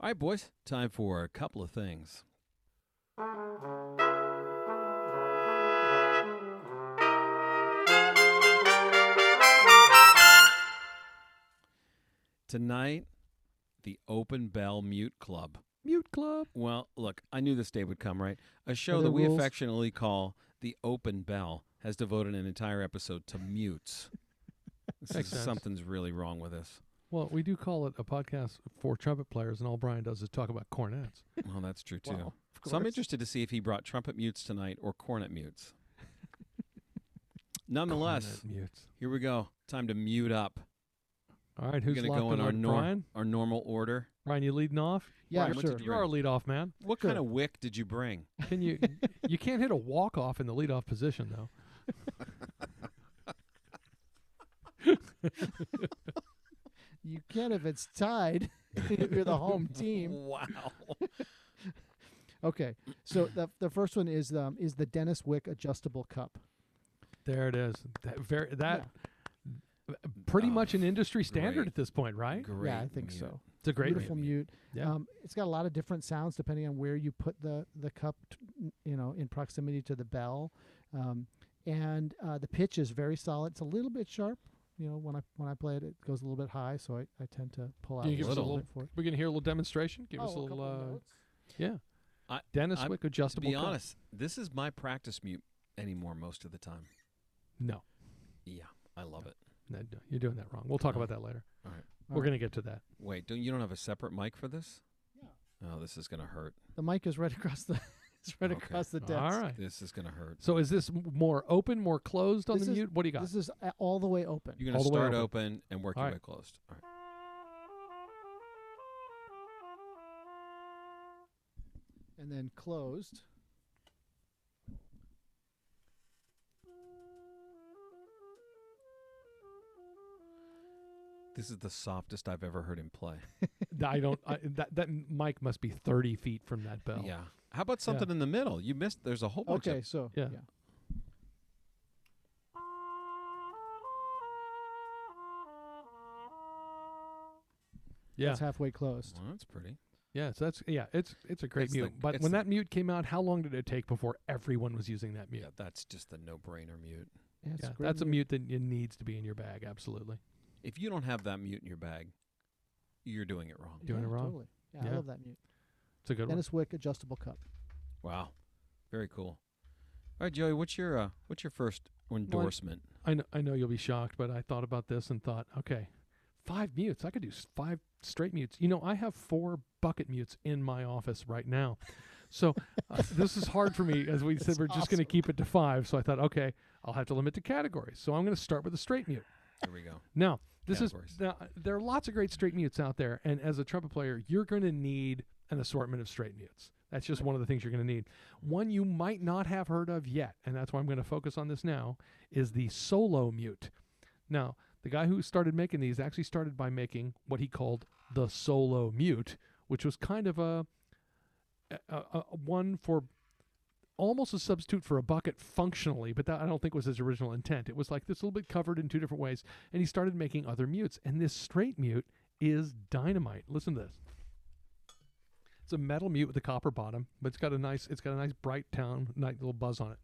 All right, boys, time for a couple of things. Tonight, the Open Bell Mute Club.
mute club
Well, look, I knew this day would come, right? A show
there
that we
rules?
affectionately call the Open Bell has devoted an entire episode to mutes. this
Makes
is,
sense.
something's really wrong with us.
Well, we do call it a podcast for trumpet players, and all Brian does is talk about cornets.
Well, that's true too.
Wow, of
So I'm
course.
interested to see if he brought trumpet mutes tonight or cornet mutes. Nonetheless,
Cornet mutes.
here we go. Time to mute up
All right,
We're
who's
gonna go
locked
in
in
our
on
nor-
Brian?
our normal order.
Brian, you leading off?
Yeah,
Brian, what
sure.
did
You're our leadoff man.
What
Sure.
kind of wick did you bring?
Can you? you can't hit a walk off in the leadoff position though.
You can if it's tied. *laughs* if you're the
*laughs*
home team.
Wow.
Okay. So the the first one is um is the Dennis Wick adjustable cup.
There it is. That very that pretty
Oh,
much
*laughs*
an industry standard
great.
at this point, right?
Great.
yeah, I think
mute.
so.
It's a great
Beautiful
mute.
mute.
Yeah.
Um, it's got a lot of different sounds depending on where you put the the cup, t- n- you know, in proximity to the bell, um, and uh, the pitch is very solid. It's a little bit sharp. You know, when I when I play it, it goes a little bit high, so I, I tend to pull out
Can
you give us a
little
little-
bit for it.
We're gonna hear a little demonstration. Give us a
Oh,
little.
couple of
Uh,
notes.
yeah.
I-
Dennis
I'm-
Wick
To
adjustable.
be
cup.
honest, this is my practice mute anymore most of the time.
No,
Yeah, I love it.
no, no, you're doing that wrong. We'll talk
Oh.
about that later.
All right.
We're
Alright.
gonna get to that.
Wait, don't you don't have a separate mic for this?
Yeah.
Oh, this is gonna hurt.
the mic is right *laughs* across the it's right
Okay.
across the desk.
All right.
This is gonna hurt.
So is this m- more open, more closed on
This
the
is-
mute? What do you got?
This is a- all the way open.
You're gonna
All the way
start
open.
open. and work
All
your
right.
way closed. All right.
and then closed.
This is the softest I've ever heard him play.
I don't. I, that that mic must be thirty feet from that bell.
Yeah. How about something in the middle? You missed. There's a whole bunch
Okay,
of.
so
Yeah. yeah,
it's halfway closed.
Well, that's pretty.
yeah. So that's yeah. It's it's a great
It's the-
mute. but
it's
when
the-
that mute came out, how long did it take before everyone was using that mute?
Yeah, that's just the no-brainer mute.
Yeah, it's
Yeah,
great
that's a mute that it needs to be in your bag. Absolutely.
If you don't have that mute in your bag, you're doing it wrong.
doing
yeah,
it wrong.
Totally. Yeah,
Yeah.
I love that mute.
It's a good one.
Dennis Wick adjustable cup.
Wow, very cool. All right, Joey, what's your uh, what's your first endorsement?
I know, I know you'll be shocked, but I thought about this and thought, okay, five mutes. I could do s- five straight mutes. You know, I have four bucket mutes in my office right now. So uh, *laughs* this is hard for me. As we said,
That's
we're just going to
awesome.
keep it to five. So I thought, okay, I'll have to limit to categories. So I'm going to start with a straight mute.
Here we go.
Now, this
Categories.
is now, there are lots of great straight mutes out there, and as a trumpet player, you're going to need an assortment of straight mutes. That's just one of the things you're going to need. One you might not have heard of yet, and that's why I'm going to focus on this now, is the solo mute. Now, the guy who started making these actually started by making what he called the solo mute, which was kind of a, a, a, a one for almost a substitute for a bucket functionally, but that I don't think was his original intent. It was like this little bit covered in two different ways, and he started making other mutes. And this straight mute is dynamite. Listen to this. It's a metal mute with a copper bottom, but it's got a nice it's got a nice bright tone, nice little buzz on it.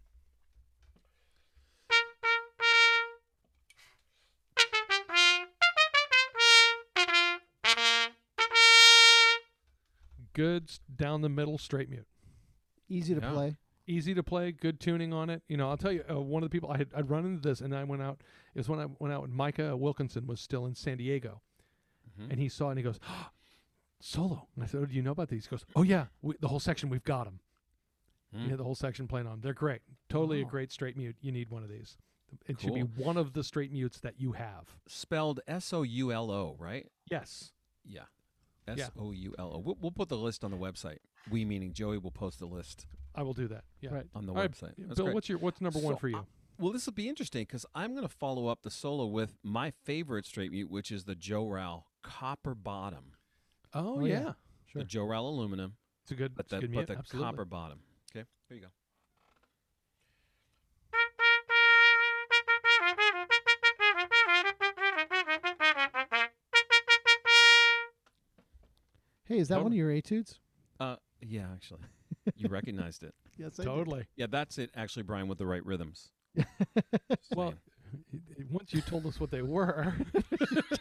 Good s- down the middle straight mute
Easy to
Yeah.
play.
easy to play, good tuning on it. You know, I'll tell you, uh, one of the people I had I'd run into this, and I went out. It was when I went out when Micah Wilkinson was still in San Diego,
Mhm.
and he saw it and he goes, *gasps* "Solo." And I said, "Oh, do you know about these?" He goes, "Oh yeah, we, the whole section we've got them.
Hmm.
Yeah, the whole section playing on. 'em. They're great. Totally a
Wow.
great straight mute. You need one of these. It should be
Cool.
one of the straight mutes that you have.
Spelled S O U L O, right?
Yes.
Yeah. S O U L O. We'll, we'll put the list on the website. We meaning Joey will post the list
I will do that. Yeah.
Right.
on the
All right,
website. That's
Bill,
great.
what's your what's number one
So
for you?
I- well, this will be interesting because I'm going to follow up the solo with my favorite straight mute, which is the Joe Rao Copper Bottom.
oh,
oh,
yeah.
yeah.
The Joe Rao aluminum,
it's a good,
but
it's
the,
a good
but
mute.
the
Absolutely.
copper bottom. Okay, there you go.
Hey, is that one
Totally.
of your etudes?
Uh, yeah,
*laughs*
actually, you recognized it.
Yes, *laughs*
Totally.
Yeah, that's it. Actually, Brian with the right rhythms. Just
Well,
saying.
once you told us what they were,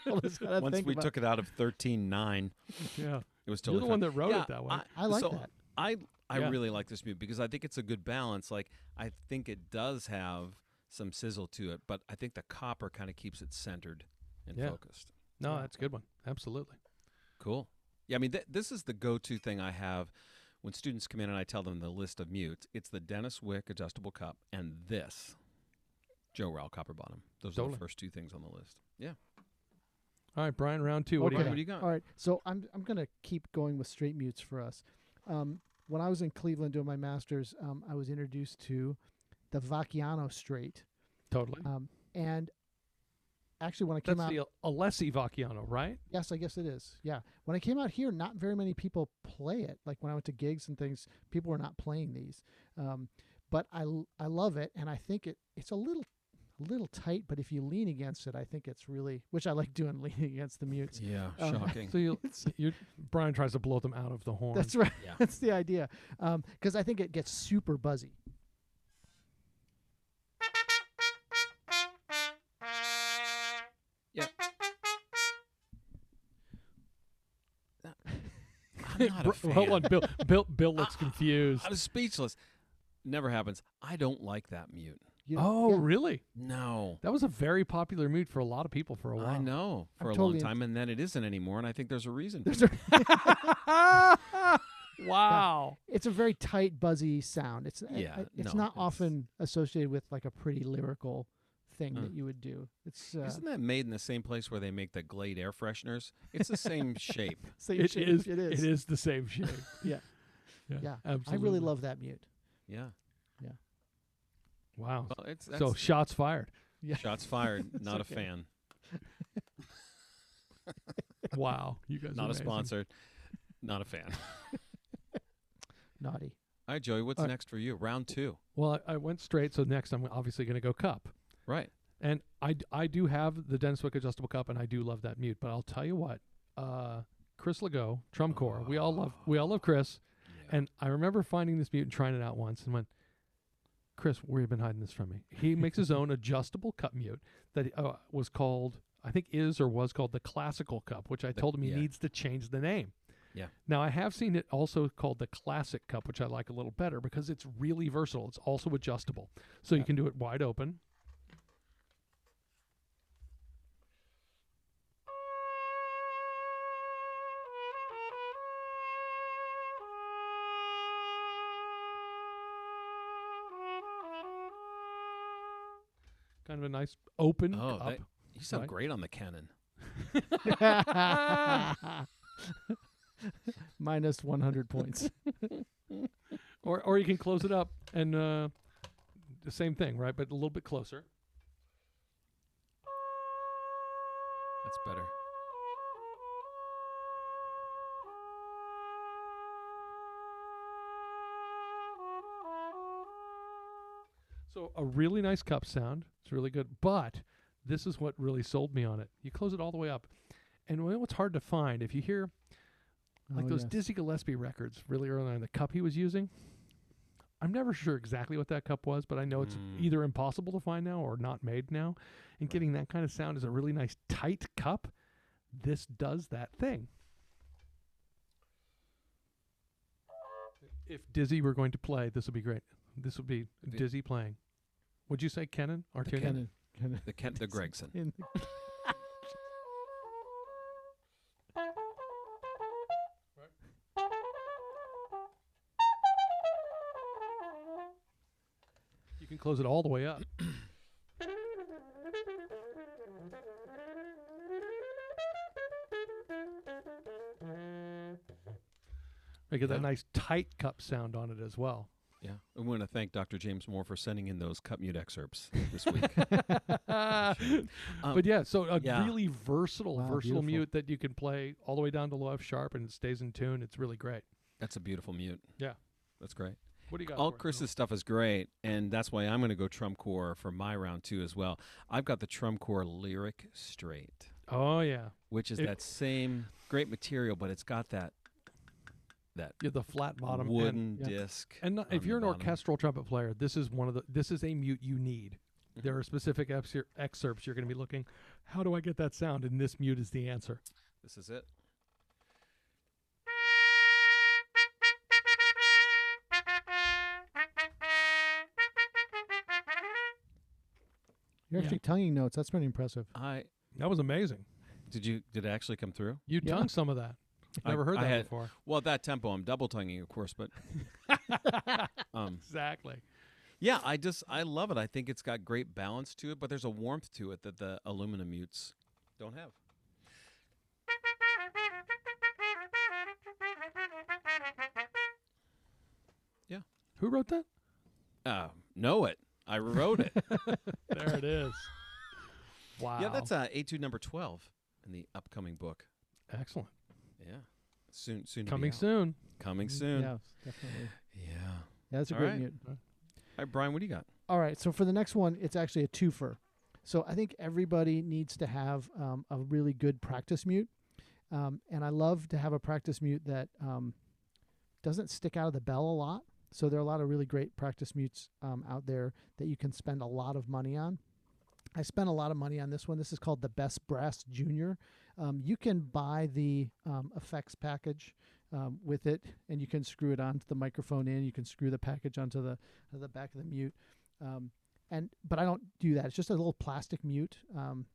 once we took it out of thirteen nine,
*laughs* yeah,
it was
*laughs* you're
totally
the
fine.
one that wrote
Yeah,
it that way.
I like
so
that.
I I
Yeah.
really like this mute because I think it's a good balance. Like I think it does have some sizzle to it, but I think the copper kind of keeps it centered and
Yeah.
focused.
No,
Yeah.
that's a good one. Absolutely.
Cool. Yeah, I mean, th- this is the go-to thing I have when students come in and I tell them the list of mutes. It's the Dennis Wick adjustable cup and this Joe Rowell copper bottom. Those are
Totally.
the first two things on the list. Yeah.
All right, Brian, round two. What do
All
you
right, what
Okay.
got?
do you got?
All right, so I'm I'm gonna keep going with straight mutes for us. Um, when I was in Cleveland doing my master's, um, I was introduced to the Vacchiano straight,
Totally.
um, and actually when I came
That's
out,
the Al- Alessi Vacchiano, right?
yes, I guess it is. Yeah, when I came out here, not very many people play it. Like when I went to gigs and things, people were not playing these. Um, but I l- I love it, and I think it it's a little a little tight, but if you lean against it, I think it's really which I like doing *laughs* leaning against the mutes.
Yeah,
Um,
shocking.
So you, *laughs* you're, Brian tries to blow them out of the horn.
*laughs* That's right.
Yeah.
That's the idea. Because I think it gets super buzzy.
I'm
*laughs*
not a
Br- Hold
fan.
on, Bill. Bill, Bill looks confused.
I'm speechless. Never happens. I don't like that mute.
You
Oh,
yeah,
really?
No.
That was a very popular mood for a lot of people for a while.
I
*laughs*
know *laughs*
I'm
for a
totally
long
in-
time, and then it isn't anymore, and I think there's a reason. for *laughs*
There's a,
Wow.
it's a very tight, buzzy sound. It's I-
Yeah,
I- it's
no,
not
it's-
often associated with like a pretty lyrical thing
Uh.
that you would do. It's uh, *laughs*
Isn't that made in the same place where they make the Glade air fresheners? It's the same shape.
same
It
shape.
is,
It is.
It is the same shape.
Yeah.
Yeah.
*laughs* Yeah. I
Absolutely.
really love that mute.
Yeah.
Wow.
Well, it's that's,
So shots fired.
Yeah.
shots
*laughs*
fired. Not
okay.
a fan.
Wow. You guys. are
Not a
amazing.
sponsor. Not a
*laughs*
fan. *laughs*
Naughty. *laughs*
All right, Joey. What's
All right.
next for you? Round two.
Well, I, I went straight. So next, I'm obviously going to go cup.
Right.
And I, d- I do have the Dennis Wick adjustable cup, and I do love that mute. But I'll tell you what, uh, Chris Legault, Drum Corps, we all love we all love Chris. And I remember finding this mute and trying it out once, and went, Chris, where you been hiding this from me? He makes his own adjustable cup mute that uh, was called, I think, is or was called the classical cup, which I
The-
told him he
yeah.
needs to change the name.
Yeah.
Now I have seen it also called the classic cup, which I like a little better because it's really versatile. It's also adjustable, so you can do it wide open. Kind of a nice open
oh,
cup.
that, you sound
right?
great on the cannon.
Minus 100 *laughs* points.
or or you can close it up and uh, the same thing, right? But a little bit closer.
That's better.
So a really nice cup sound. It's really good. But this is what really sold me on it. You close it all the way up, and you know what's hard to find if you hear like
Oh,
those
yes.
Dizzy Gillespie records really early on. The cup he was using. I'm never sure exactly what that cup was, but I know it's
Mm.
either impossible to find now or not made now. And
Right.
getting that kind of sound is a really nice tight cup. This does that thing. If Dizzy were going to play, this would be great. This would be
The-
Dizzy playing. Would you say Kennan or
The
Tiernan?
Kennan.
Kinda- kinda
The Kent, the Gregson.
in the-
You can close it all the way up. I get
Yeah.
that nice tight cup sound on it as well.
Yeah. We want to thank Dr. James Moore for sending in those cup mute excerpts
*laughs*
this week. Um,
but yeah, so a
yeah.
really versatile,
Wow,
versatile
beautiful.
mute that you can play all the way down to low F sharp and it stays in tune. It's really great.
that's a beautiful mute.
Yeah.
That's great.
What do you got?
All
for us,
Chris's stuff is great, and that's why I'm going to go Trump Core for my round two as well. I've got the Trump Core lyric straight,
Bill? Oh yeah,
which is
It-
that same great material, but it's got that that
you have the flat bottom and-
wooden
yeah.
disc.
And not,
on
if
the
you're an
bottom.
orchestral trumpet player, this is one of the this is a mute you need.
Mm-hmm.
There are specific excer- excerpts you're going to be looking. How do I get that sound? And this mute is the answer.
this is it.
You're
Yeah.
actually tonguing notes. That's pretty impressive.
I
That was amazing.
Did you did it actually come through?
You
Yeah.
tongue some of that.
I-
Never heard
I
that
had-
before.
Well, at that tempo, I'm double tonguing, of course, *laughs* but um,
exactly.
yeah, I just I love it. I think it's got great balance to it, but there's a warmth to it that the aluminum mutes don't have.
Who wrote that?
Uh, know it. I wrote *laughs* it.
There it is. *laughs* Wow.
yeah, that's uh, A2 number 12 in the upcoming book.
excellent.
Yeah, soon, soon. to be
Coming
out.
soon.
Coming soon. mm, Yeah.
Yeah, Mm, definitely.
yeah.
Yeah, that's a
All
great
right.
mute.
All right, Brian, what do you got?
All right, so for the next one, it's actually a twofer. So I think everybody needs to have um, a really good practice mute, um, and I love to have a practice mute that um, doesn't stick out of the bell a lot. So there are a lot of really great practice mutes um, out there that you can spend a lot of money on. I spent a lot of money on this one. This is called the Best Brass Junior. Um, you can buy the um, effects package um, with it, and you can screw it onto the microphone in. You can screw the package onto the the back of the mute um, and but I don't do that. It's just a little plastic mute, um,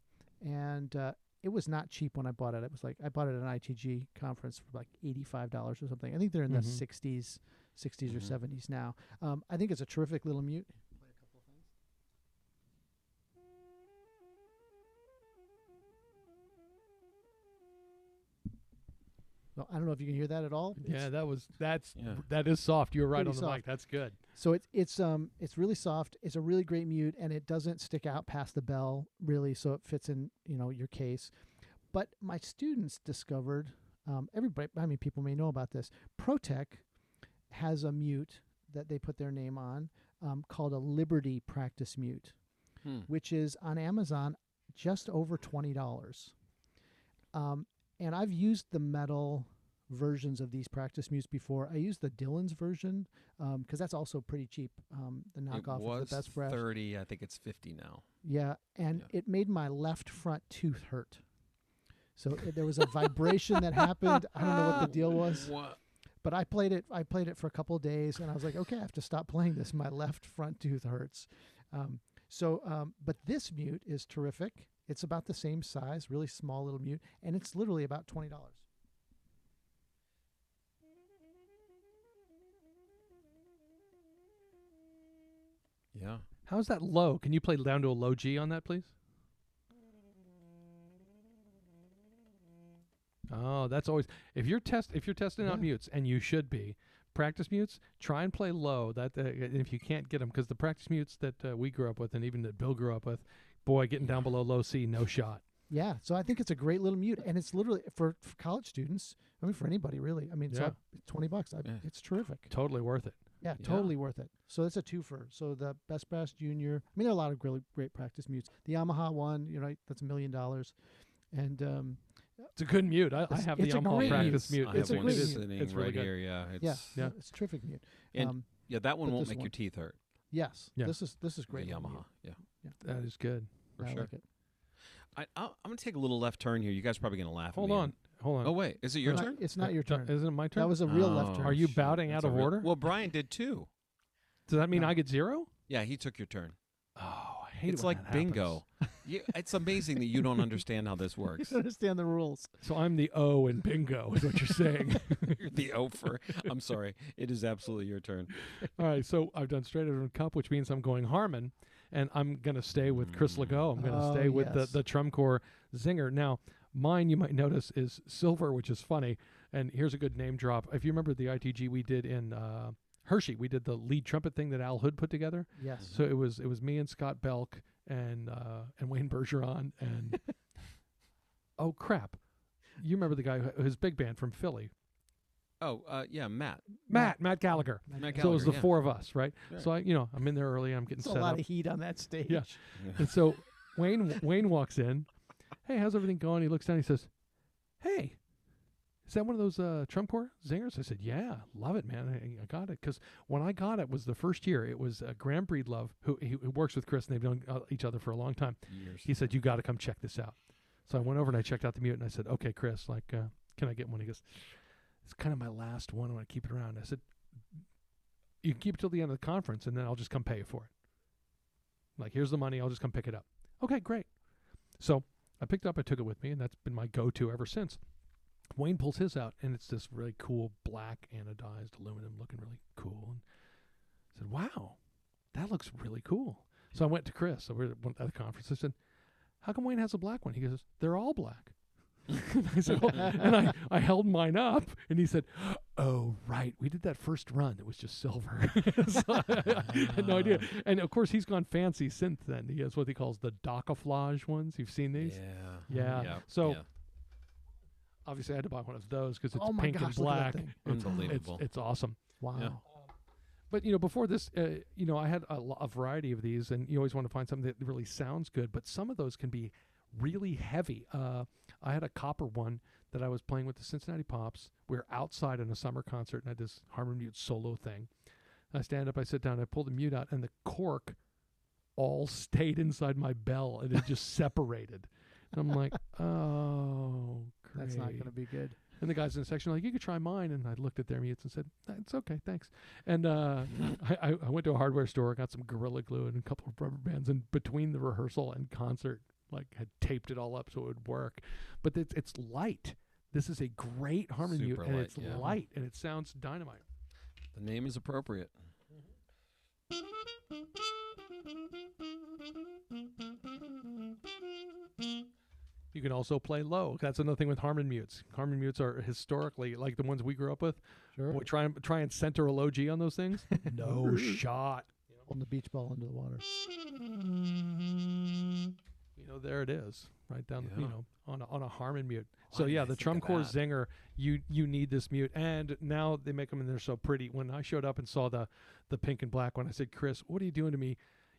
and uh, it was not cheap when I bought it. It was like I bought it at an ITG conference for like eighty five dollars or something. I think they're in
Mhm.
the sixties, 60s
Mhm.
or seventies now. Um, I think it's a terrific little mute. Well, I don't know if you can hear that at all. It's-
Yeah, that was that's
Yeah.
that is soft. You were right on
Pretty
the
soft.
mic. That's good.
So it's it's um it's really soft. It's a really great mute, and it doesn't stick out past the bell really. So it fits in you know your case. But my students discovered um, everybody. I mean, people may know about this. Protech has a mute that they put their name on um, called a Liberty Practice Mute,
Hmm.
which is on Amazon just over twenty dollars. Um, and I've used the metal versions of these practice mutes before. I used the Dylan's version because that's also pretty cheap. Um, the
It
knockoff
was
of the best brass.
thirty. I think it's fifty now.
Yeah, and
Yeah.
it made my left front tooth hurt. So uh, there was a vibration that happened. I don't know what the deal was,
What?
but I played it. I played it for a couple of days, and I was like, okay, I have to stop playing this. My left front tooth hurts. Um, so, um, but this mute is terrific. It's about the same size, really small little mute, and it's literally about twenty dollars.
Yeah.
How's that low? Can you play down to a low G on that, please? Oh, that's always if you're test if you're testing out
Yeah.
mutes, and you should be practice mutes. Try and play low. That uh, and if you can't get them, because the practice mutes that uh, we grew up with, and even that Bill grew up with, boy, getting down below low C, no shot.
Yeah, so I think it's a great little mute, and it's literally for, for college students. I mean, for anybody really. I mean, so
Yeah.
I- twenty bucks. I,
Yeah.
It's terrific.
Totally worth it.
Yeah,
Yeah.
totally worth it. So it's a twofer. So the Best Brass Junior. I mean, there are a lot of really great practice mutes. The Yamaha one, you're right, that's a million dollars, and um,
It's a good mute. I, I
It's-
have the
it's a
Yamaha
great
practice
mute.
mute.
I
It's
have
a
one
great
it
mute.
is,
sitting
it's really
right
good.
here. Yeah. It's,
yeah,
Yeah.
it's a terrific mute.
And
um,
yeah, that one
but
won't
this
make your
one-
teeth hurt.
yes,
yeah.
this is this is
the
great. little
Yamaha.
mute.
Yeah.
That is good.
For
I
sure.
like it.
I, I, I'm gonna take a little left turn here. You guys are probably gonna laugh. at
Hold
me
on.
and-
Hold on.
Oh wait, is it your
Not-
turn?
It's not your
Uh,
turn.
Isn't it my turn?
That was a real
Oh,
left turn.
Are you
shoot,
bowing
that's
out
a
of
real-
order?
Well, Brian did too.
Does that mean
No.
I get zero?
Yeah, he took your turn.
Oh, I hate it
It's
when
like
that happens.
bingo. *laughs* you, it's amazing that you don't understand how this
*laughs* You
works.
don't understand the rules.
So I'm the O in bingo, is what *laughs* you're *laughs* saying.
You're the over. I'm sorry. It is absolutely your turn.
All right, so I've done straight out of the cup, which means I'm going Harmon, and I'm going to stay with Chris Legault. I'm going to
Mm.
Oh,
stay with
yes.
the, the Trumcore zinger. Now, mine, you might notice, is silver, which is funny. And here's a good name drop. If you remember the ITG we did in uh, Hershey, we did the lead trumpet thing that Al Hood put together.
Yes.
So it was it was me and Scott Belk and uh, and Wayne Bergeron and oh crap, you remember the guy who, his big band from Philly,
Oh, uh, yeah, Matt.
Matt Matt Gallagher.
Matt
so it was the
Gallagher, yeah.
four of us, right?
Sure.
So I you know I'm in there early, I'm getting
It's a
set
lot
up,
of heat on that stage.
*laughs*
and so Wayne Wayne walks in, hey how's everything going? He looks down, he says, hey. Is that one of those uh, Trump Corps zingers? I said, yeah, love it, man. I, I got it. Because when I got it was the first year. It was uh, Graham Breedlove, who, he- who works with Chris, and they've known uh, each other for a long time.
Years.
He said, "You got to come check this out." So I went over and I checked out the mute and I said, "Okay, Chris, like, uh, can I get one?" He goes, "It's kind of my last one. I want to keep it around." I said, "You can keep it till the end of the conference, and then I'll just come pay you for it. Like, here's the money. I'll just come pick it up." Okay, great. So I I picked it up, I took it with me, and that's been my go-to ever since. Wayne pulls his out, and it's this really cool black anodized aluminum, looking really cool. And I said, "Wow, that looks really cool." So I went to Chris. So we were at one- at the conference. I said, "How come Wayne has a black one?" He goes, "They're all black." *laughs* and I said, "Oh," and I, I held mine up, and he said, "Oh right, we did that first run that was just silver." *laughs* so I, I had no idea. And of course, he's gone fancy since then. He has what he calls the docaflage ones. You've seen these? Yeah.
Yeah.
uh, So
yeah.
obviously, I had to buy one of those because it's
Oh my
pink and
gosh, look at
black.
that thing.
It's, it's
Unbelievable.
it's awesome. Um,
Wow.
But you know, before this, uh, you know, I had a, lo- a variety of these, and you always want to find something that really sounds good. But some of those can be really heavy. Uh, I had a copper one that I was playing with the Cincinnati Pops. We were outside in a summer concert, and I had this harmony mute solo thing. I stand up, I sit down, I pull the mute out, and the cork all *laughs* stayed inside my bell, and it
*laughs*
just separated. And I'm like, oh, great.
That's not going to be good.
And the guys in the section were like, you could try mine. And I looked at their mutes and said, it's okay, thanks. And uh, I, I- I went to a hardware store, got some Gorilla Glue and a couple of rubber bands. And between the rehearsal and concert, like had taped it all up so it would work. But it's, it's light. This is a great harmony mute,
Super
and
light,
it's
yeah.
light, and it sounds dynamite.
The name is appropriate.
You can also play low. That's another thing with Harmon mutes. Harmon mutes are historically like the ones we grew up with.
Sure.
Boy, try and try and center a low G on those
*laughs*
things. no shot.
On the beach ball under the *laughs* water.
You know, there it is, right down. The,
Yeah.
you know, on a, on a Harmon mute. so
didn't I
yeah, the
think of
Trum Corps
that?
Zinger. You you need this mute, and now they make them and they're so pretty. When I showed up and saw the the pink and black one, I said, Chris, what are you doing to me?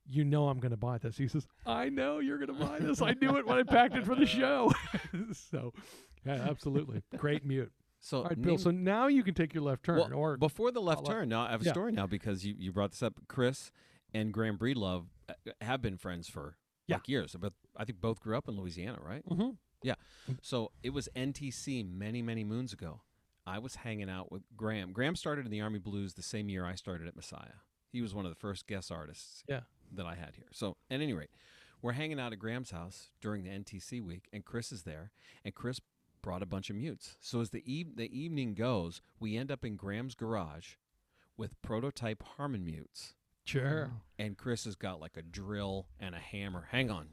You know I'm going to buy this. He says, I know you're going to buy this. I knew it when I packed it for the show. *laughs* so, yeah, absolutely, great mute.
So,
All right,
name-
Bill. So now you can take your left turn,
well,
or
before the left
I'll, uh,
turn, now I have a
yeah.
story now because you, you brought this up. Chris and Graham Breedlove uh, have been friends for
Yeah.
like years. But I think both grew up in Louisiana, right?
Mhm.
Yeah. So it was NTC many, many moons ago. I was hanging out with Graham. Graham started in the Army Blues the same year I started at Messiah. He was one of the first guest artists
Yeah.
that I had here. So, at any rate, we're hanging out at Graham's house during the NTC week, and Chris is there, and Chris brought a bunch of mutes. So, as the, eve- the evening goes, we end up in Graham's garage with prototype Harmon mutes
sure.
and Chris has got like a drill and a hammer. Hang on.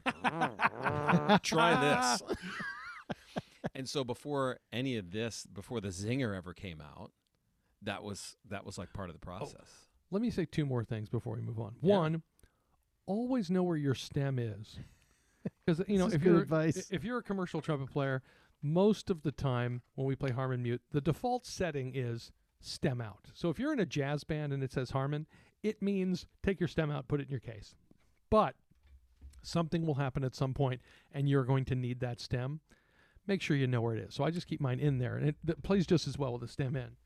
*laughs* Try this. *laughs* and so before any of this, before the zinger ever came out, that was that was like part
Oh.
of the process.
Let me say two more things before we move on.
Yeah.
One, always know where your stem
*laughs*
is, because you know
is
if
good
you're
advice.
if you're a commercial trumpet player, most of the time when we play Harmon mute, the default setting is stem out. So if you're in a jazz band and it says Harmon, it means take your stem out, put it in your case. But something will happen at some point, and you're going to need that stem. Make sure you know where it is. So I just keep mine in there, and it, it plays just as well with the stem in.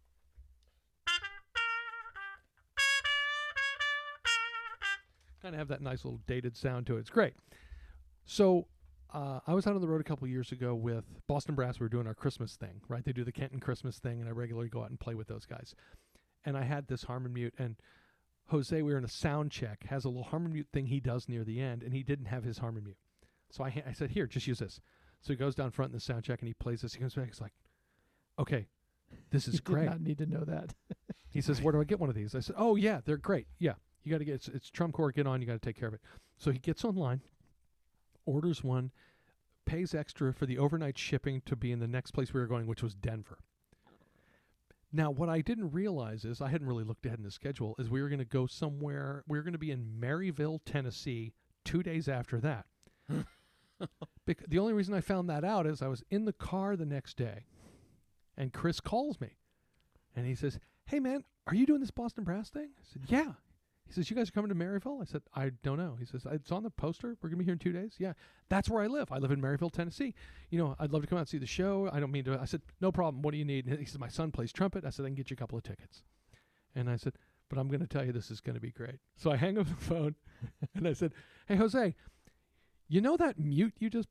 kind of have that nice little dated sound to it. It's great. So uh, I was out on the road a couple years ago with Boston Brass. We were doing our Christmas thing, right? They do the Kenton Christmas thing, and I regularly go out and play with those guys. And I had this Harmon mute, and Jose, we were in a sound check, has a little Harmon mute thing he does near the end, and he didn't have his Harmon mute. So I, ha- I said, Here, just use this. So he goes down front in the sound check and he plays this. He comes back, he's like, Okay, this
*laughs*
is
you
great.
Did not need to know *laughs* that.
He says, "Where do I get one of these?" I said, "Oh yeah, they're great. Yeah, you got to get it's, it's Trumcore. Get on. You got to take care of it." So he gets online, orders one, pays extra for the overnight shipping to be in the next place we were going, which was Denver. Now, what I didn't realize is I hadn't really looked ahead in the schedule. Is we were going to go somewhere. We were going to be in Maryville, Tennessee, two days after that. Bec- the only reason I found that out is I was in the car the next day, and Chris calls me, and he says, "Hey man, are you doing this Boston Brass thing?" I said, "Yeah." He says, "You guys are coming to Maryville?" I said, "I don't know." He says, "It's on the poster. We're gonna be here in two days." Yeah, that's where I live. I live in Maryville, Tennessee. You know, I'd love to come out and see the show. I don't mean to. I said, "No problem. What do you need?" And he says, "My son plays trumpet." I said, "I can get you a couple of tickets." And I said, "But I'm gonna tell you this is gonna be great." So I hang up the phone, *laughs* and I said, "Hey Jose, you know that mute you just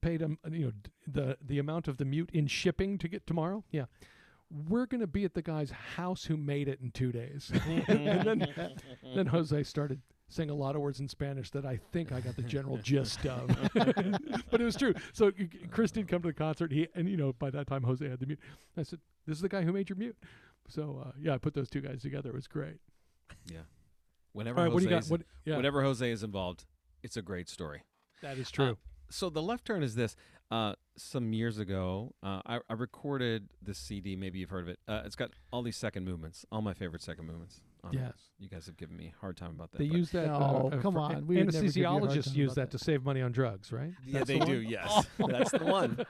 paid um you know d- the the amount of the mute in shipping to get tomorrow? Yeah." we're going to
*laughs*
Mm-hmm.
be at the guy's house who made it in two days. *laughs* and then, then Jose started saying a lot of words in Spanish that I think I got the general
*laughs*
gist of. *laughs* but it was true. So y- Chris did come to the concert. He and you know by that time Jose had the mute. I said, "This is the guy who made your mute." So uh, yeah, I put those two guys together. It was great.
Whenever
All right,
Jose
what do you got?
is-
What, yeah,
whenever Jose is involved, it's a great story.
that is true.
so the left turn is this. Uh, some years ago, uh, I, I recorded this CD. Maybe you've heard of it. Uh, it's got all these second movements, all my favorite second movements. on it.
yes,
you guys have given me a hard time about that.
they
but-
use that. uh,
No,
uh,
come
for-
on,
an-
we would never give you a hard
anesthesiologists
time
use
about
that, to save money on drugs, right?
yeah,
That's
they
the
do.
one?
Yes, *laughs*
Oh.
that's the one.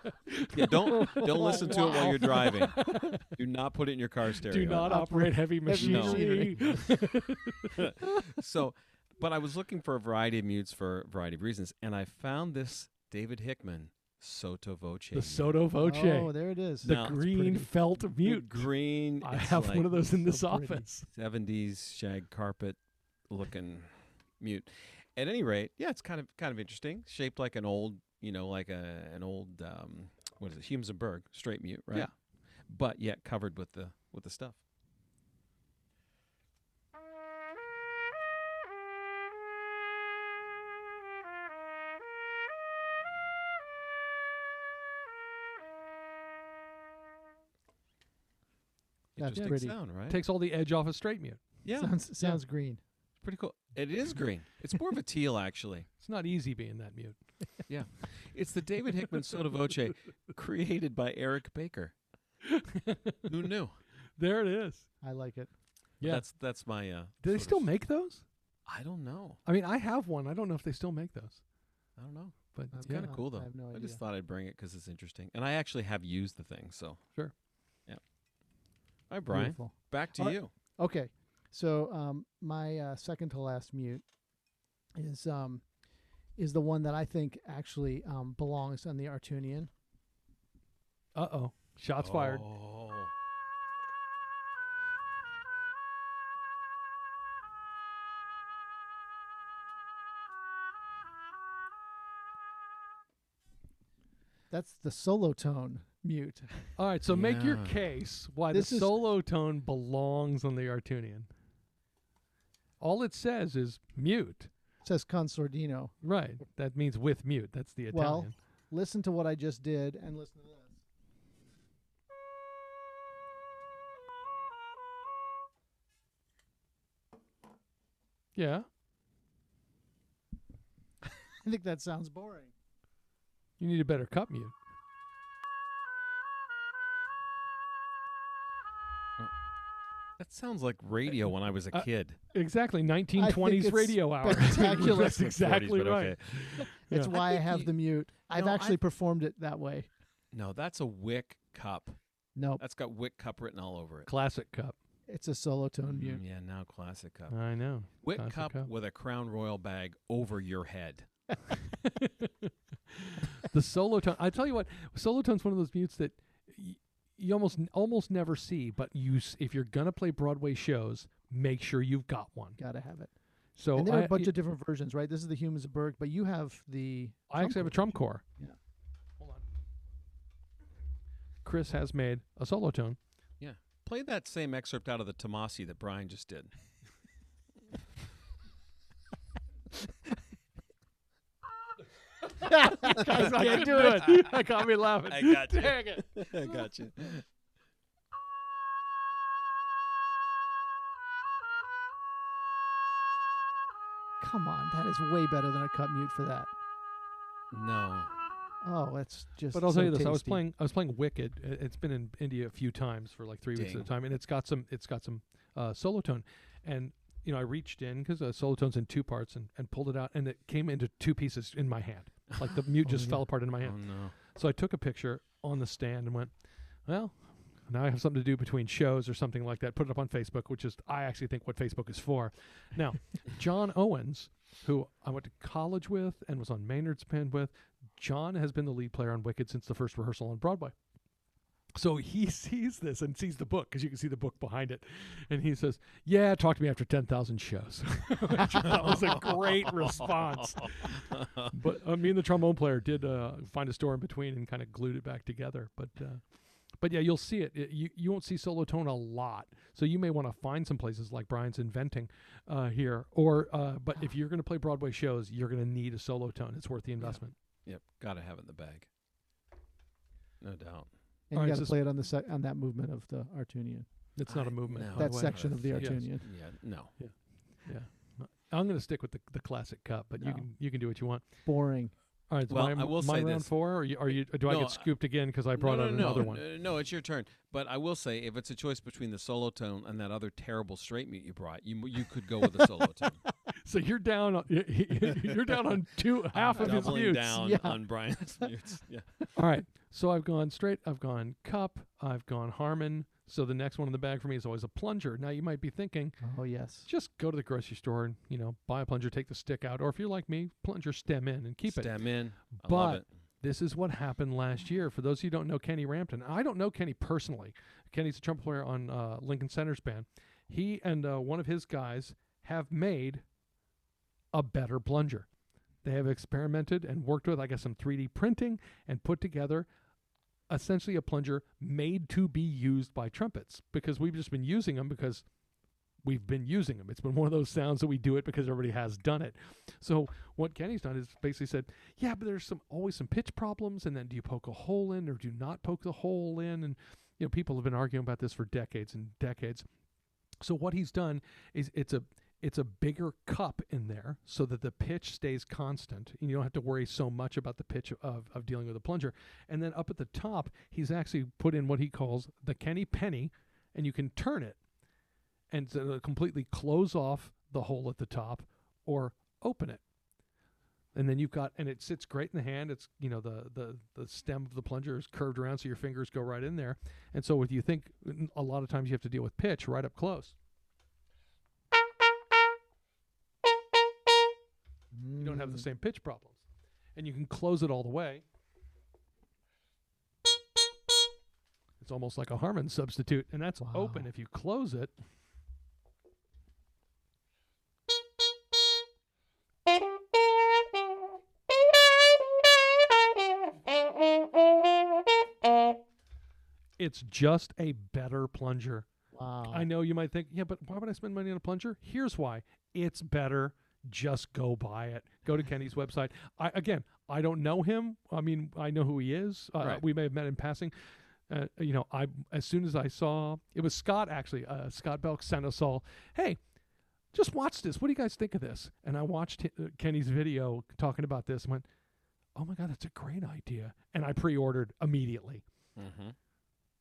Yeah, don't don't listen to it while you're driving.
*laughs*
Do not put it in your car stereo.
Do not operate heavy machinery.
machinery.
*laughs* so, but I was looking for a variety of mutes for a variety of reasons, and I found this David Hickman sotto voce.
the
mute.
Soto Voce,
Oh, there it is.
the
No, it's
green
pretty.
felt
The
mute.
green.
I
it's
have
like
one of those in this
so pretty.
office.
70s shag carpet looking mute. At any rate, yeah, it's kind of kind of interesting. Shaped like an old, you know, like a an old um, what is it, Humsenberg straight mute, right?
Yeah.
But yet covered with the with the stuff.
That's
Interesting
pretty.
sound, right?
Takes all the edge off a straight mute.
yeah,
Sounds sounds green.
it's pretty cool. It is green. It's more of a teal, actually.
It's not easy being that mute.
It's the David Hickman Soda Voce created by Eric
*laughs*
Baker. Who knew?
There it is.
I like it.
Yeah.
That's that's my. Uh,
Do they
sort of-
still make those?
I don't know.
I mean, I have one. I don't know if they still make those.
I don't know.
But
That's
yeah.
kinda
Uh,
cool,
I
though.
have no
I
idea.
just thought I'd bring it because it's interesting, and I actually have used the thing. So
Sure.
Yeah. All right, Brian.
Beautiful.
Back to
All right.
you.
Okay, so um, my uh, second to last mute is um, is the one that I think actually um, belongs on the Artunian.
Uh oh. Shots fired.
Oh.
That's the solo tone mute.
All right. So make your
Yeah.
case why
This
the
is-
solo tone belongs on the Artunian. All it says is mute.
It says Consordino.
Right. That means with mute. That's the Italian.
Well- Listen to what I just did and listen to this. *laughs*
yeah.
I think that sounds boring.
You need a better cup mute.
That sounds like radio when I was a
uh,
kid.
Exactly. 1920s
it's
radio hour.
spectacular.
*laughs* That's exactly
40s, but
right.
okay.
That's
Yeah.
why I,
think
have
you-
the mute. I've
No, I-
actually performed it that way.
No, that's a wick cup.
Nope,
That's got wick cup written all over it.
Classic cup.
it's a solo tone mute.
Mm, yeah, now classic cup.
I know.
wick
classic
cup,
cup.
with a crown royal bag over your head.
the solo tone. I tell you what, solo tone's one of those mutes that y- you almost n- almost never see. But you, s- if you're gonna play Broadway shows, make sure you've got one.
Gotta have it.
So
and there
I,
are a bunch
y-
of different versions, right? This is the Humans-Berg, but you have the.
I actually have a
Trump
drum corps.
Yeah.
Hold on. Chris has made a solo tone.
Play that same excerpt out of the Tomasi that Brian just did.
*laughs*
Guys, I can't do it. *laughs* That got me laughing.
I got you.
*laughs* Dang it.
*laughs* I got you.
Come on, that is way better than a cut mute for that.
No.
Oh, that's just.
But I'll
so
tell you this: I was
tasty.
playing, I was playing Wicked. I- It's been in India a few times for like three weeks at a
Ding.
time, and it's got some, it's got some uh, solo tone, and you know, I reached in because uh, solo tone's in two parts, and, and pulled it out, and it came into two pieces in my hand. Like the mute
*laughs* Oh,
just
yeah.
fell apart into my
Oh
hand.
no.
So I took a picture on the stand and went, well, now I have something to do between shows or something like that. Put it up on Facebook, which is I actually think what Facebook is for. Now, John Owens, who I went to college with and was on Maynard's Pen with, John has been the lead player on Wicked since the first rehearsal on Broadway. So he *laughs* sees this and sees the book because you can see the book behind it, and he says, "Yeah, talk to me after ten thousand shows." *laughs* Which that was a great response. But uh, me and the trombone player did uh, find a store in between and kind of glued it back together. But uh, But yeah, you'll see it. It- you, you won't see solo tone a lot. So you may want to find some places like Brian's inventing uh, here. Or uh, but if you're going to play Broadway shows, you're going to need a solo tone. It's worth the investment.
Yep, gotta have it in the bag. No doubt.
And
All right,
you got
so
to
s-
play it on the sec- on that movement of the Artunian.
It's not a
I-
movement.
no,
by
That
the way.
section of the
Yes.
Artunian.
Yeah, no.
I'm going to stick with the, the classic cup, but you
No.
can you can do what you want.
Boring.
All right, so
Well,
my,
I will
my
say
round
this.
four. Or you, are you? Do I
No,
get scooped again because I
No,
brought
no,
out
no,
another one?
No, no, it's your turn. But I will say, if it's a choice between the solo tone and that other terrible straight meat you brought, you you could go with the
*laughs*
solo tone.
So you're down. On, *laughs* you're down on
*laughs*
two half of his
doubling
mutes.
down
yeah.
on Brian's
*laughs*
mutes. Yeah.
All right. So I've gone straight. I've gone cup. I've gone Harmon. So the next one in the bag for me is always a plunger. Now you might be thinking,
*laughs* Oh yes.
just go to the grocery store and you know buy a plunger, take the stick out, or if you're like me, plunger stem in and keep it.
Stem in. I love
But
it.
this is what happened last year. For those who don't know Kenny Rampton, I don't know Kenny personally. Kenny's a trumpet player on uh, Lincoln Center's band. He and uh, one of his guys have made a better plunger. They have experimented and worked with, I guess, some 3D printing and put together essentially a plunger made to be used by trumpets because we've just been using them because we've been using them. It's been one of those sounds that we do it because everybody has done it. So what Kenny's done is basically said, yeah, but there's some always some pitch problems, and then do you poke a hole in or do you not poke the hole in? And you know, people have been arguing about this for decades and decades. So what he's done is it's a it's a bigger cup in there so that the pitch stays constant and you don't have to worry so much about the pitch of, of dealing with a plunger. And then up at the top, he's actually put in what he calls the Kenny penny, and you can turn it and so it'll completely close off the hole at the top or open it. And then you've got and it sits great in the hand. It's you know the the the stem of the plunger is curved around so your fingers go right in there. And so if you think a lot of times you have to deal with pitch right up close. You don't have the
Mm-hmm.
same pitch problems. And you can close it all the way. It's almost like a Harmon substitute, and that's open.
Wow.
If you close it, it's just a better plunger.
Mm. Wow.
I know you might think, yeah, but why would I spend money on a plunger? Here's why it's better. Just go buy it. Go to Kenny's website. I, again, I don't know him. I mean, I know who he is. Uh,
Right.
We may have met in passing. Uh, you know, I as soon as I saw it was Scott actually. Uh, Scott Belk sent us all, "Hey, just watch this. What do you guys think of this?" And I watched hi- uh, Kenny's video talking about this and went, "Oh my god, that's a great idea!" And I pre-ordered immediately.
Mm-hmm.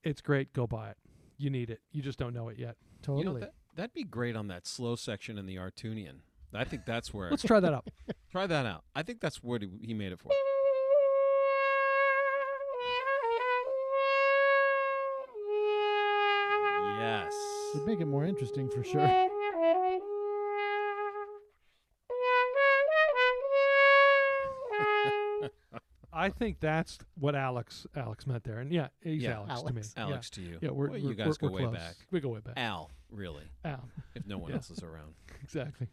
It's great. Go buy it. You need it. You just don't know it yet.
Totally.
You know, that, that'd be great on that slow section in the Artunian. I think that's where.
Let's try that out.
*laughs* try that out. I think that's what he- he made it for. Yes.
It'd make it more interesting for sure. *laughs*
I think that's what Alex Alex meant there, and yeah, he's
Yeah.
Alex, to me.
Alex.
Yeah.
Alex to you.
yeah, we're,
Well,
we're
you guys
we're,
go
we're
way
close.
back.
We go way back.
Al, really,
Al, *laughs*
if no one
Yeah.
else is around.
exactly.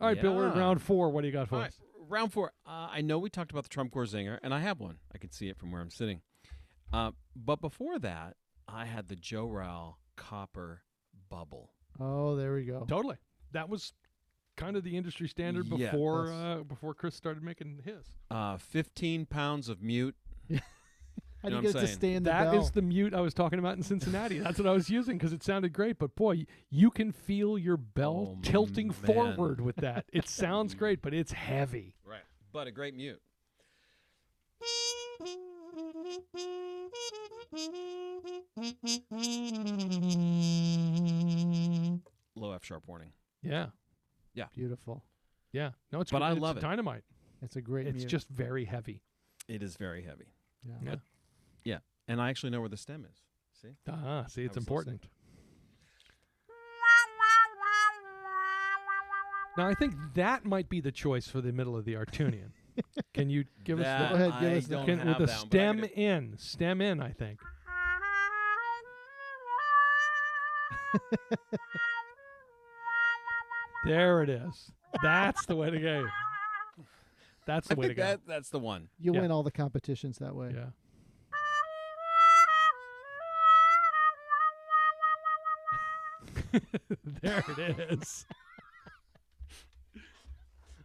All right, Bill, we're in
Yeah.
round four. What do you got for
All right,
us?
round four. Uh, I know we talked about the Trump Corps Zinger, and I have one. I can see it from where I'm sitting. Uh, but before that, I had the Joe Rao Copper Bubble.
Oh, there we go.
Totally. That was kind of the industry standard
Yeah.
before
Yes.
uh, before Chris started making his.
Uh, 15 pounds of mute.
How
know what
do you get
I'm
it to
saying?
stay in the
That is
bell?
the mute I was talking about in Cincinnati. That's what I was using because it sounded great. But boy, you can feel your bell
Oh,
tilting
man.
forward with that. It sounds great, but it's heavy.
Right. But a great mute. Low F sharp warning.
Yeah,
Beautiful.
yeah. No, it's
But
gr-
I
it's
love it.
Dynamite.
It's a great.
It's
mute.
just very heavy.
It is very heavy.
Yeah.
Yeah.
And I actually know where the stem is. See?
Ah, see,
was
it's
listening.
important. Now, I think that might be the choice for the middle of the Artunian. Can you give
That
us
Go ahead, give
I
us the-
the,
don't
can,
have
with the
that one, but I
stem
could-
in? Stem in, I think. There it is. That's the way to go. That's the
I
way to
think
go.
that, that's the one.
*laughs* you
yeah. *laughs*
win all the competitions that way.
yeah. there it is. *laughs*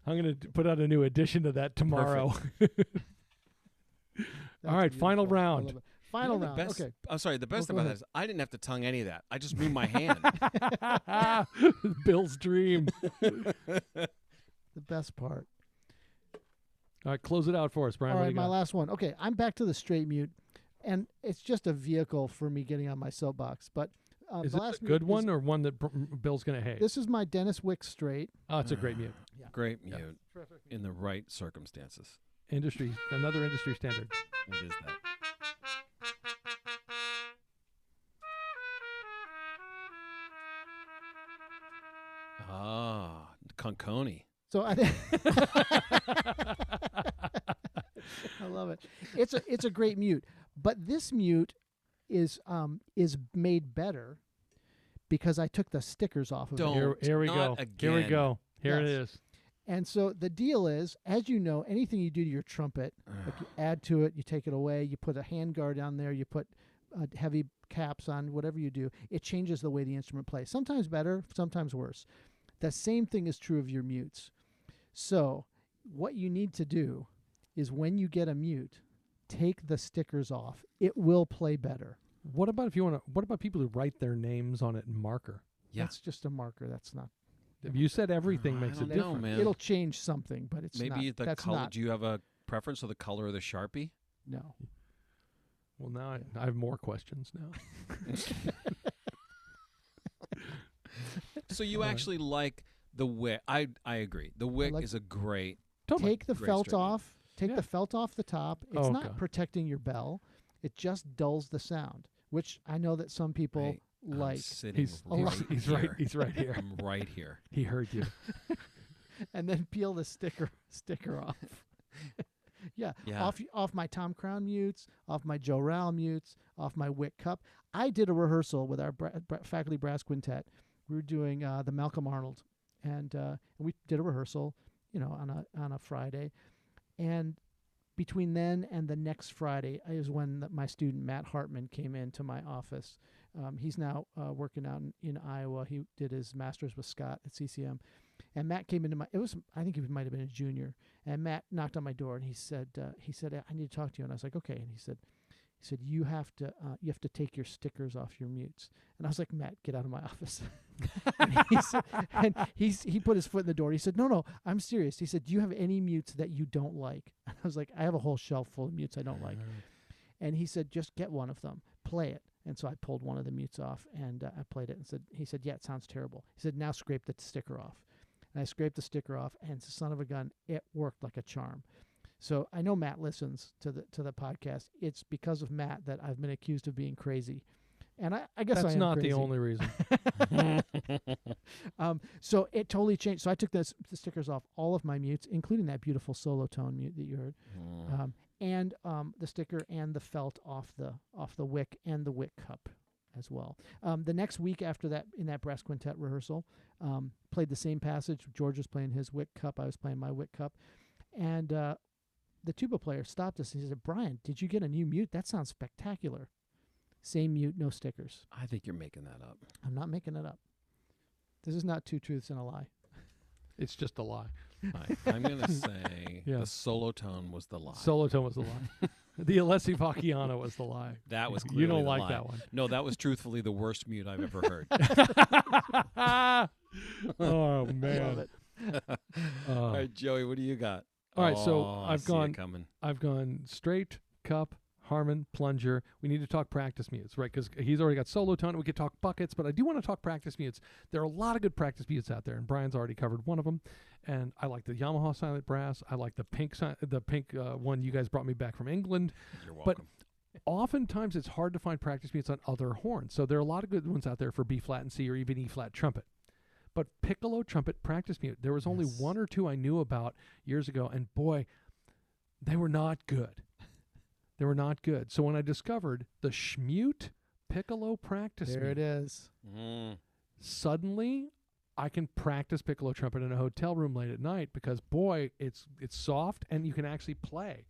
I'm going to put out a new edition of that tomorrow.
That's
right, final
beautiful. I
round.
love it. Final
You know the
round.
best-
Okay.
I'm sorry. The best
go
about
ahead.
this, I didn't have to tongue any of that. I just moved my hand.
*laughs* Bill's dream.
The best part.
All right, close it out for us, Brian.
All
What do you
right, my
got?
last one. Okay, I'm back to the straight mute, and it's just a vehicle for me getting on my soapbox. But uh,
is
the
it
last
a
mute
good
is-
one or one that Br- Bill's going to hate?
This is my Dennis Wick straight.
oh, it's a great mute.
Great
Yeah.
mute in the right circumstances.
Industry, another
*laughs*
industry standard.
What is that? Ah, Conconi.
So I, *laughs* I love it. It's a it's a great mute, but this mute is um is made better because I took the stickers off of
Don't.
it.
Here, here we go.
Not
Here we
again.
go. Here it
Yes.
is.
And so the deal is, as you know, anything you do to your trumpet, like you add to it, you take it away, you put a handguard on there, you put uh, heavy caps on, whatever you do, it changes the way the instrument plays. Sometimes better, sometimes worse. The same thing is true of your mutes. So, what you need to do is when you get a mute, take the stickers off. It will play better.
What about if you want to? What about people who write their names on it in marker?
Yeah.
That's just a marker. That's not.
You said everything
I
makes a
don't know,
difference.
man.
It'll change something, but it's
Maybe
not.
the
that's
color.
not.
Do you have a preference of the color of the sharpie?
No.
Well, now I, I have more questions now.
So you
All right.
actually like the wick? I I agree. The wick
like-
is a great.
Totally.
take the
great
felt
strategy.
off. Take
Yeah.
the felt off the top. It's
Oh,
not
God.
protecting your bell. It just dulls the sound, which I know that some people
Hey,
Oh,
I'm
like.
sitting
*laughs* he's
right
he's, he's right.
here.
He's right here.
I'm right
*laughs*
here.
He heard
*laughs*
you.
And then peel the sticker *laughs* sticker off. yeah.
Yeah.
Off off my Tom Crown mutes, off my Joe Rowell mutes, off my Wick Cup. I did a rehearsal with our bra- bra- faculty brass quintet. We were doing uh, the Malcolm Arnold, and uh, we did a rehearsal, you know, on a on a Friday, and between then and the next Friday is when the, my student Matt Hartman came into my office. Um, he's now uh, working out in, in Iowa. He did his master's with Scott at CCM, and Matt came into my. It was I think he might have been a junior, and Matt knocked on my door and he said uh, he said I need to talk to you, and I was like okay, and he said he said you have to uh, you have to take your stickers off your mutes, and I was like Matt get out of my *laughs* office. and *laughs* he, said, and he's, he put his foot in the door. He said, "No, no, I'm serious." He said, "Do you have any mutes that you don't like?" *laughs* And I was like, "I have a whole shelf full of mutes I don't like."
Uh-huh.
And he said, "Just get one of them, play it." And so I pulled one of the mutes off and uh, I played it and said, "He said, yeah, it sounds terrible." He said, "Now scrape the sticker off." And I scraped the sticker off, and son of a gun, it worked like a charm. So I know Matt listens to the to the podcast. It's because of Matt that I've been accused of being crazy, and I, I guess I
That's
am
not
crazy.
the only reason.
Um, so it totally changed. So I took this, the stickers off all of my mutes, including that beautiful solo tone mute that you heard, um, and um, the sticker and the felt off the off the wick and the wick cup as well. Um, the next week after that, in that brass quintet rehearsal, um, played the same passage. George was playing his wick cup. I was playing my wick cup, and uh, the tuba player stopped us and he said, "Brian, did you get a new mute? That sounds spectacular." Same mute, no stickers.
I think you're making that
*laughs*
up.
I'm not making it up. This is not two truths and a lie.
It's just a lie.
I, I'm gonna
*laughs*
say
Yeah.
the solo tone was the lie.
Solotone was
*laughs*
the lie. the Alessi Vacchiano was the lie.
that was
*laughs* you
clearly
don't
the
like
lie.
that one.
No, that was truthfully the worst mute I've ever heard.
*laughs*
*laughs*
oh
I
man.
love it.
*laughs* Uh,
All right, Joey, what do you got?
all right, so
Oh, I
I've
see it
gone
coming.
I've gone straight cup, Harmon, plunger. We need to talk practice mutes, right? Because he's already got solo tone. We could talk buckets, but I do want to talk practice mutes. There are a lot of good practice mutes out there, and Brian's already covered one of them. And I like the Yamaha silent brass. I like the pink, si- the pink uh, one you guys brought me back from England
You're
but-
welcome.
oftentimes it's hard to find practice mutes on other horns. So there are a lot of good ones out there for B flat and C or even E flat trumpet. But piccolo trumpet practice mute, there was only
Yes.
one or two I knew about years ago, and boy, they were not good. They were not good. So when I discovered the Schmute piccolo practice
There
mute,
it is.
Mm.
suddenly I can practice piccolo trumpet in a hotel room late at night because boy, it's it's soft and you can actually play.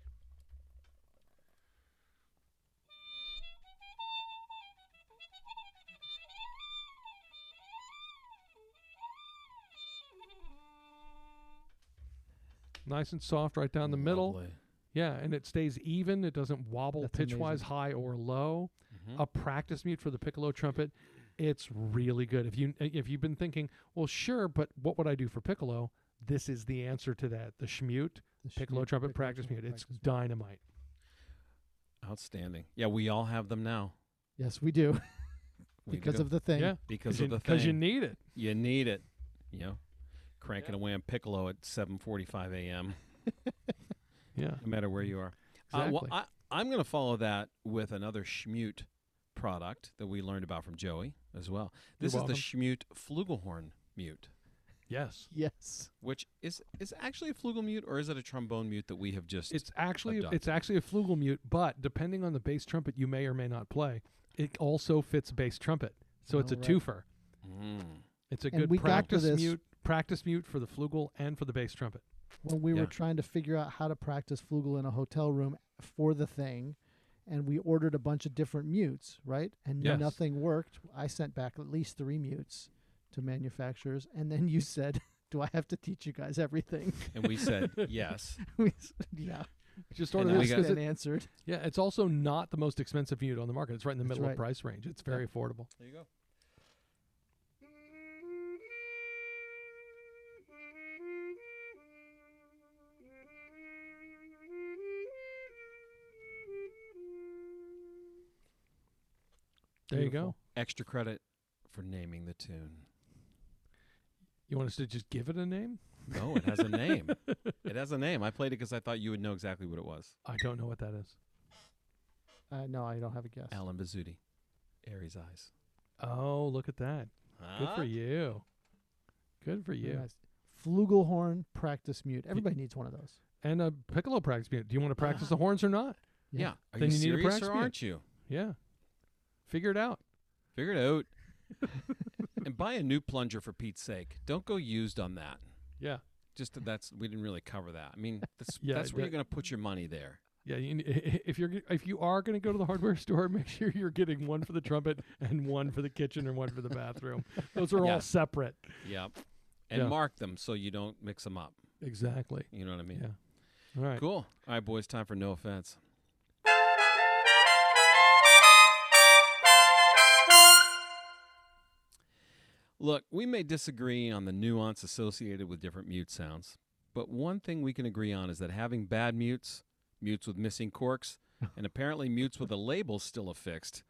nice and soft right down the middle.
Lovely.
Yeah, and it stays even. It doesn't wobble
That's
pitch wise,
amazing.
high or low.
Mhm.
A practice mute for the piccolo trumpet. It's really good. If you eh, if you've been thinking, well, sure, but what would I do for piccolo? This is the answer to that. The schmute,
The
piccolo
Schmidt
trumpet practice mute.
trumpet
It's
practice mute.
dynamite.
Outstanding. Yeah, we all have them now
yes, we *laughs* do
We
because
do.
of the thing.
Yeah,
because of
you,
the
*laughs* 'cause
thing.
you need it.
You need it. You know, cranking
Yeah.
away on piccolo at 7:45 a.m.
Yeah,
No matter where you are.
exactly.
Uh, well, I, I'm going to follow that with another Schmute product that we learned about from Joey as well.
You're
This is the Schmute flugelhorn mute,
yes,
Yes.
which is is actually a flugel mute or is it a trombone mute that we have just
it's actually it's
abducted.
actually a flugelmute, but depending on the bass trumpet you may or may not play, it also fits bass trumpet. So it's a
Oh, right.
twofer.
Mm.
It's a
And
good
we got to
practice
this-
mute practice mute for the flugel and for the bass trumpet.
When we
Yeah.
were trying to figure out how to practice flugel in a hotel room for the thing, and we ordered a bunch of different mutes, right? And
Yes.
nothing worked. I sent back at least three mutes to manufacturers, and then you *laughs* said, "Do I have to teach you guys everything?" *laughs*
and we
*laughs*
said yes.
we said, "Yeah."
Just
And
order
then
this
we got-
'cause
and
it-
answered.
yeah, it's also not the most expensive mute on the market. It's right in the
That's
middle of
right.
price range. It's very affordable.
There you go.
There you go.
Beautiful.
Extra credit for naming the tune.
You want us to just give it a name?
No, it has a
*laughs*
name. it has a name. I played it because I thought you would know exactly what it was.
I don't know what that is.
Uh, no, I don't have a guess.
Alan Bazzuti, Aries Eyes.
Oh, look at that. Good
Huh?
for you. Good for
Very
you.
nice. Flugelhorn practice mute. Everybody needs one of those.
And a piccolo practice mute. Do you want
*laughs*
to practice the horns or not?
Yeah.
Yeah.
Are
Then
you,
you need to
serious
practice
or
mute.
aren't you?
Yeah. Figure it out.
Figure it
*laughs*
out. and buy a new plunger for Pete's sake. Don't go used on that.
Yeah.
Just that that's we didn't really cover that. I mean, that's
*laughs* Yeah,
that's where you're
that-
going to put your money there.
Yeah, you, n- *laughs* if you're g- if you are going to go to the hardware *laughs* store, make sure you're getting one for the trumpet and one for the kitchen and one for the bathroom. Those are
Yeah.
all separate.
Yep. And
Yeah.
mark them so you don't mix them up.
Exactly.
You know what I mean?
Yeah. All right.
Cool. All right, boys. Time for no offense. Look, we may disagree on the nuance associated with different mute sounds, but one thing we can agree on is that having bad mutes, mutes with missing
*laughs*
corks, and apparently mutes with a label still affixed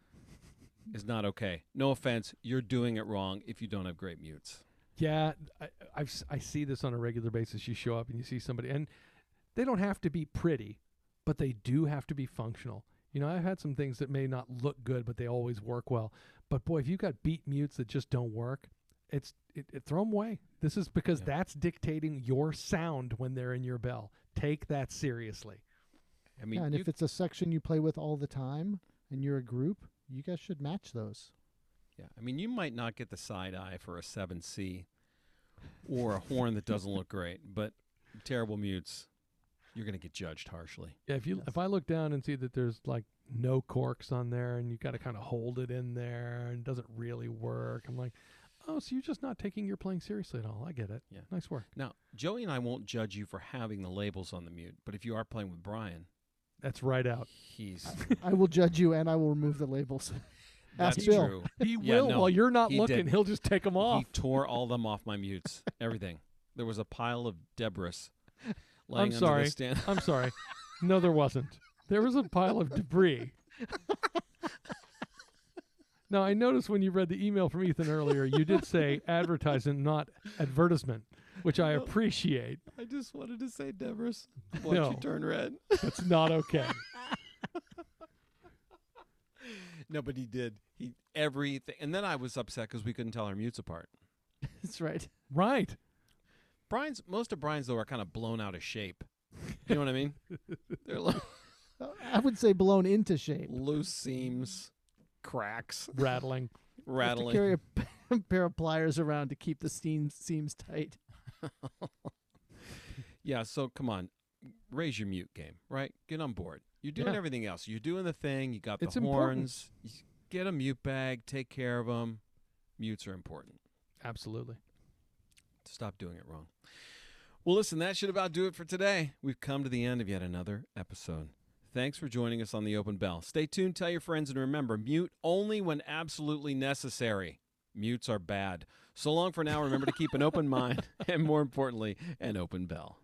is not okay. No offense, you're doing it wrong if you don't have great mutes.
Yeah, I, I've s- I see this on a regular basis. You show up and you see somebody, and they don't have to be pretty, but they do have to be functional. You know, I've had some things that may not look good, but they always work well. But boy, if you got beat mutes that just don't work, it's it, it, throw 'em away. This is because
Yeah.
that's dictating your sound when they're in your bell. Take that seriously.
I mean,
yeah, and
you,
if it's a section you play with all the time and you're a group, you guys should match those. *laughs*
Yeah, I mean, you might not get the side eye for a 7C or a horn that doesn't look great, but terrible mutes, you're going to get judged harshly.
Yeah, if you
Yes.
if I look down and see that there's like no corks on there and you got to kind of hold it in there and it doesn't really work, I'm like, oh, so you're just not taking your playing seriously at all. I get it.
Yeah.
nice work.
Now, Joey and I won't judge you for having the labels on the mute, but if you are playing with Brian,
That's right out.
he's
I will judge you and I will remove the labels. *laughs* Ask
that's
Bill.
true.
He
*laughs* Yeah,
will
no,
while you're not
he
looking.
did.
He'll just take them
He *laughs*
off.
tore all them off my mutes, everything. There was a pile of debris
I'm
lying under
sorry.
the stand.
I'm sorry. No, there wasn't. There was a pile of debris.
*laughs*
now I noticed when you read the email from Ethan earlier, you did say advertising, not advertisement, which I
No.
appreciate.
*laughs* I just wanted to say debris.
Why'd you No.
turn red?
That's not okay.
no, but he did. He everything, and then I was upset because we couldn't tell our mutes apart.
That's right.
right.
Brian's most of Brian's though are kind of blown out of shape. You know what I
*laughs*
mean? They're like
Uh, I would say blown into shape.
loose seams, cracks,
rattling.
You have
rattling.
To carry a *laughs* p- pair of pliers around to keep the seams seams tight.
Yeah, so come on, raise your mute game, right? Get on board. You're doing
Yeah.
everything else. You're doing the thing. You got
It's
the
important.
horns. You get a mute bag. Take care of them. Mutes are important.
Absolutely.
Stop doing it wrong. Well, listen, that should about do it for today. We've come to the end of yet another episode. Thanks for joining us on the Open Bell. Stay tuned, tell your friends, and remember mute only when absolutely necessary. *laughs* Mutes are bad. So long for now. Remember to keep an open mind and, more importantly, an open bell.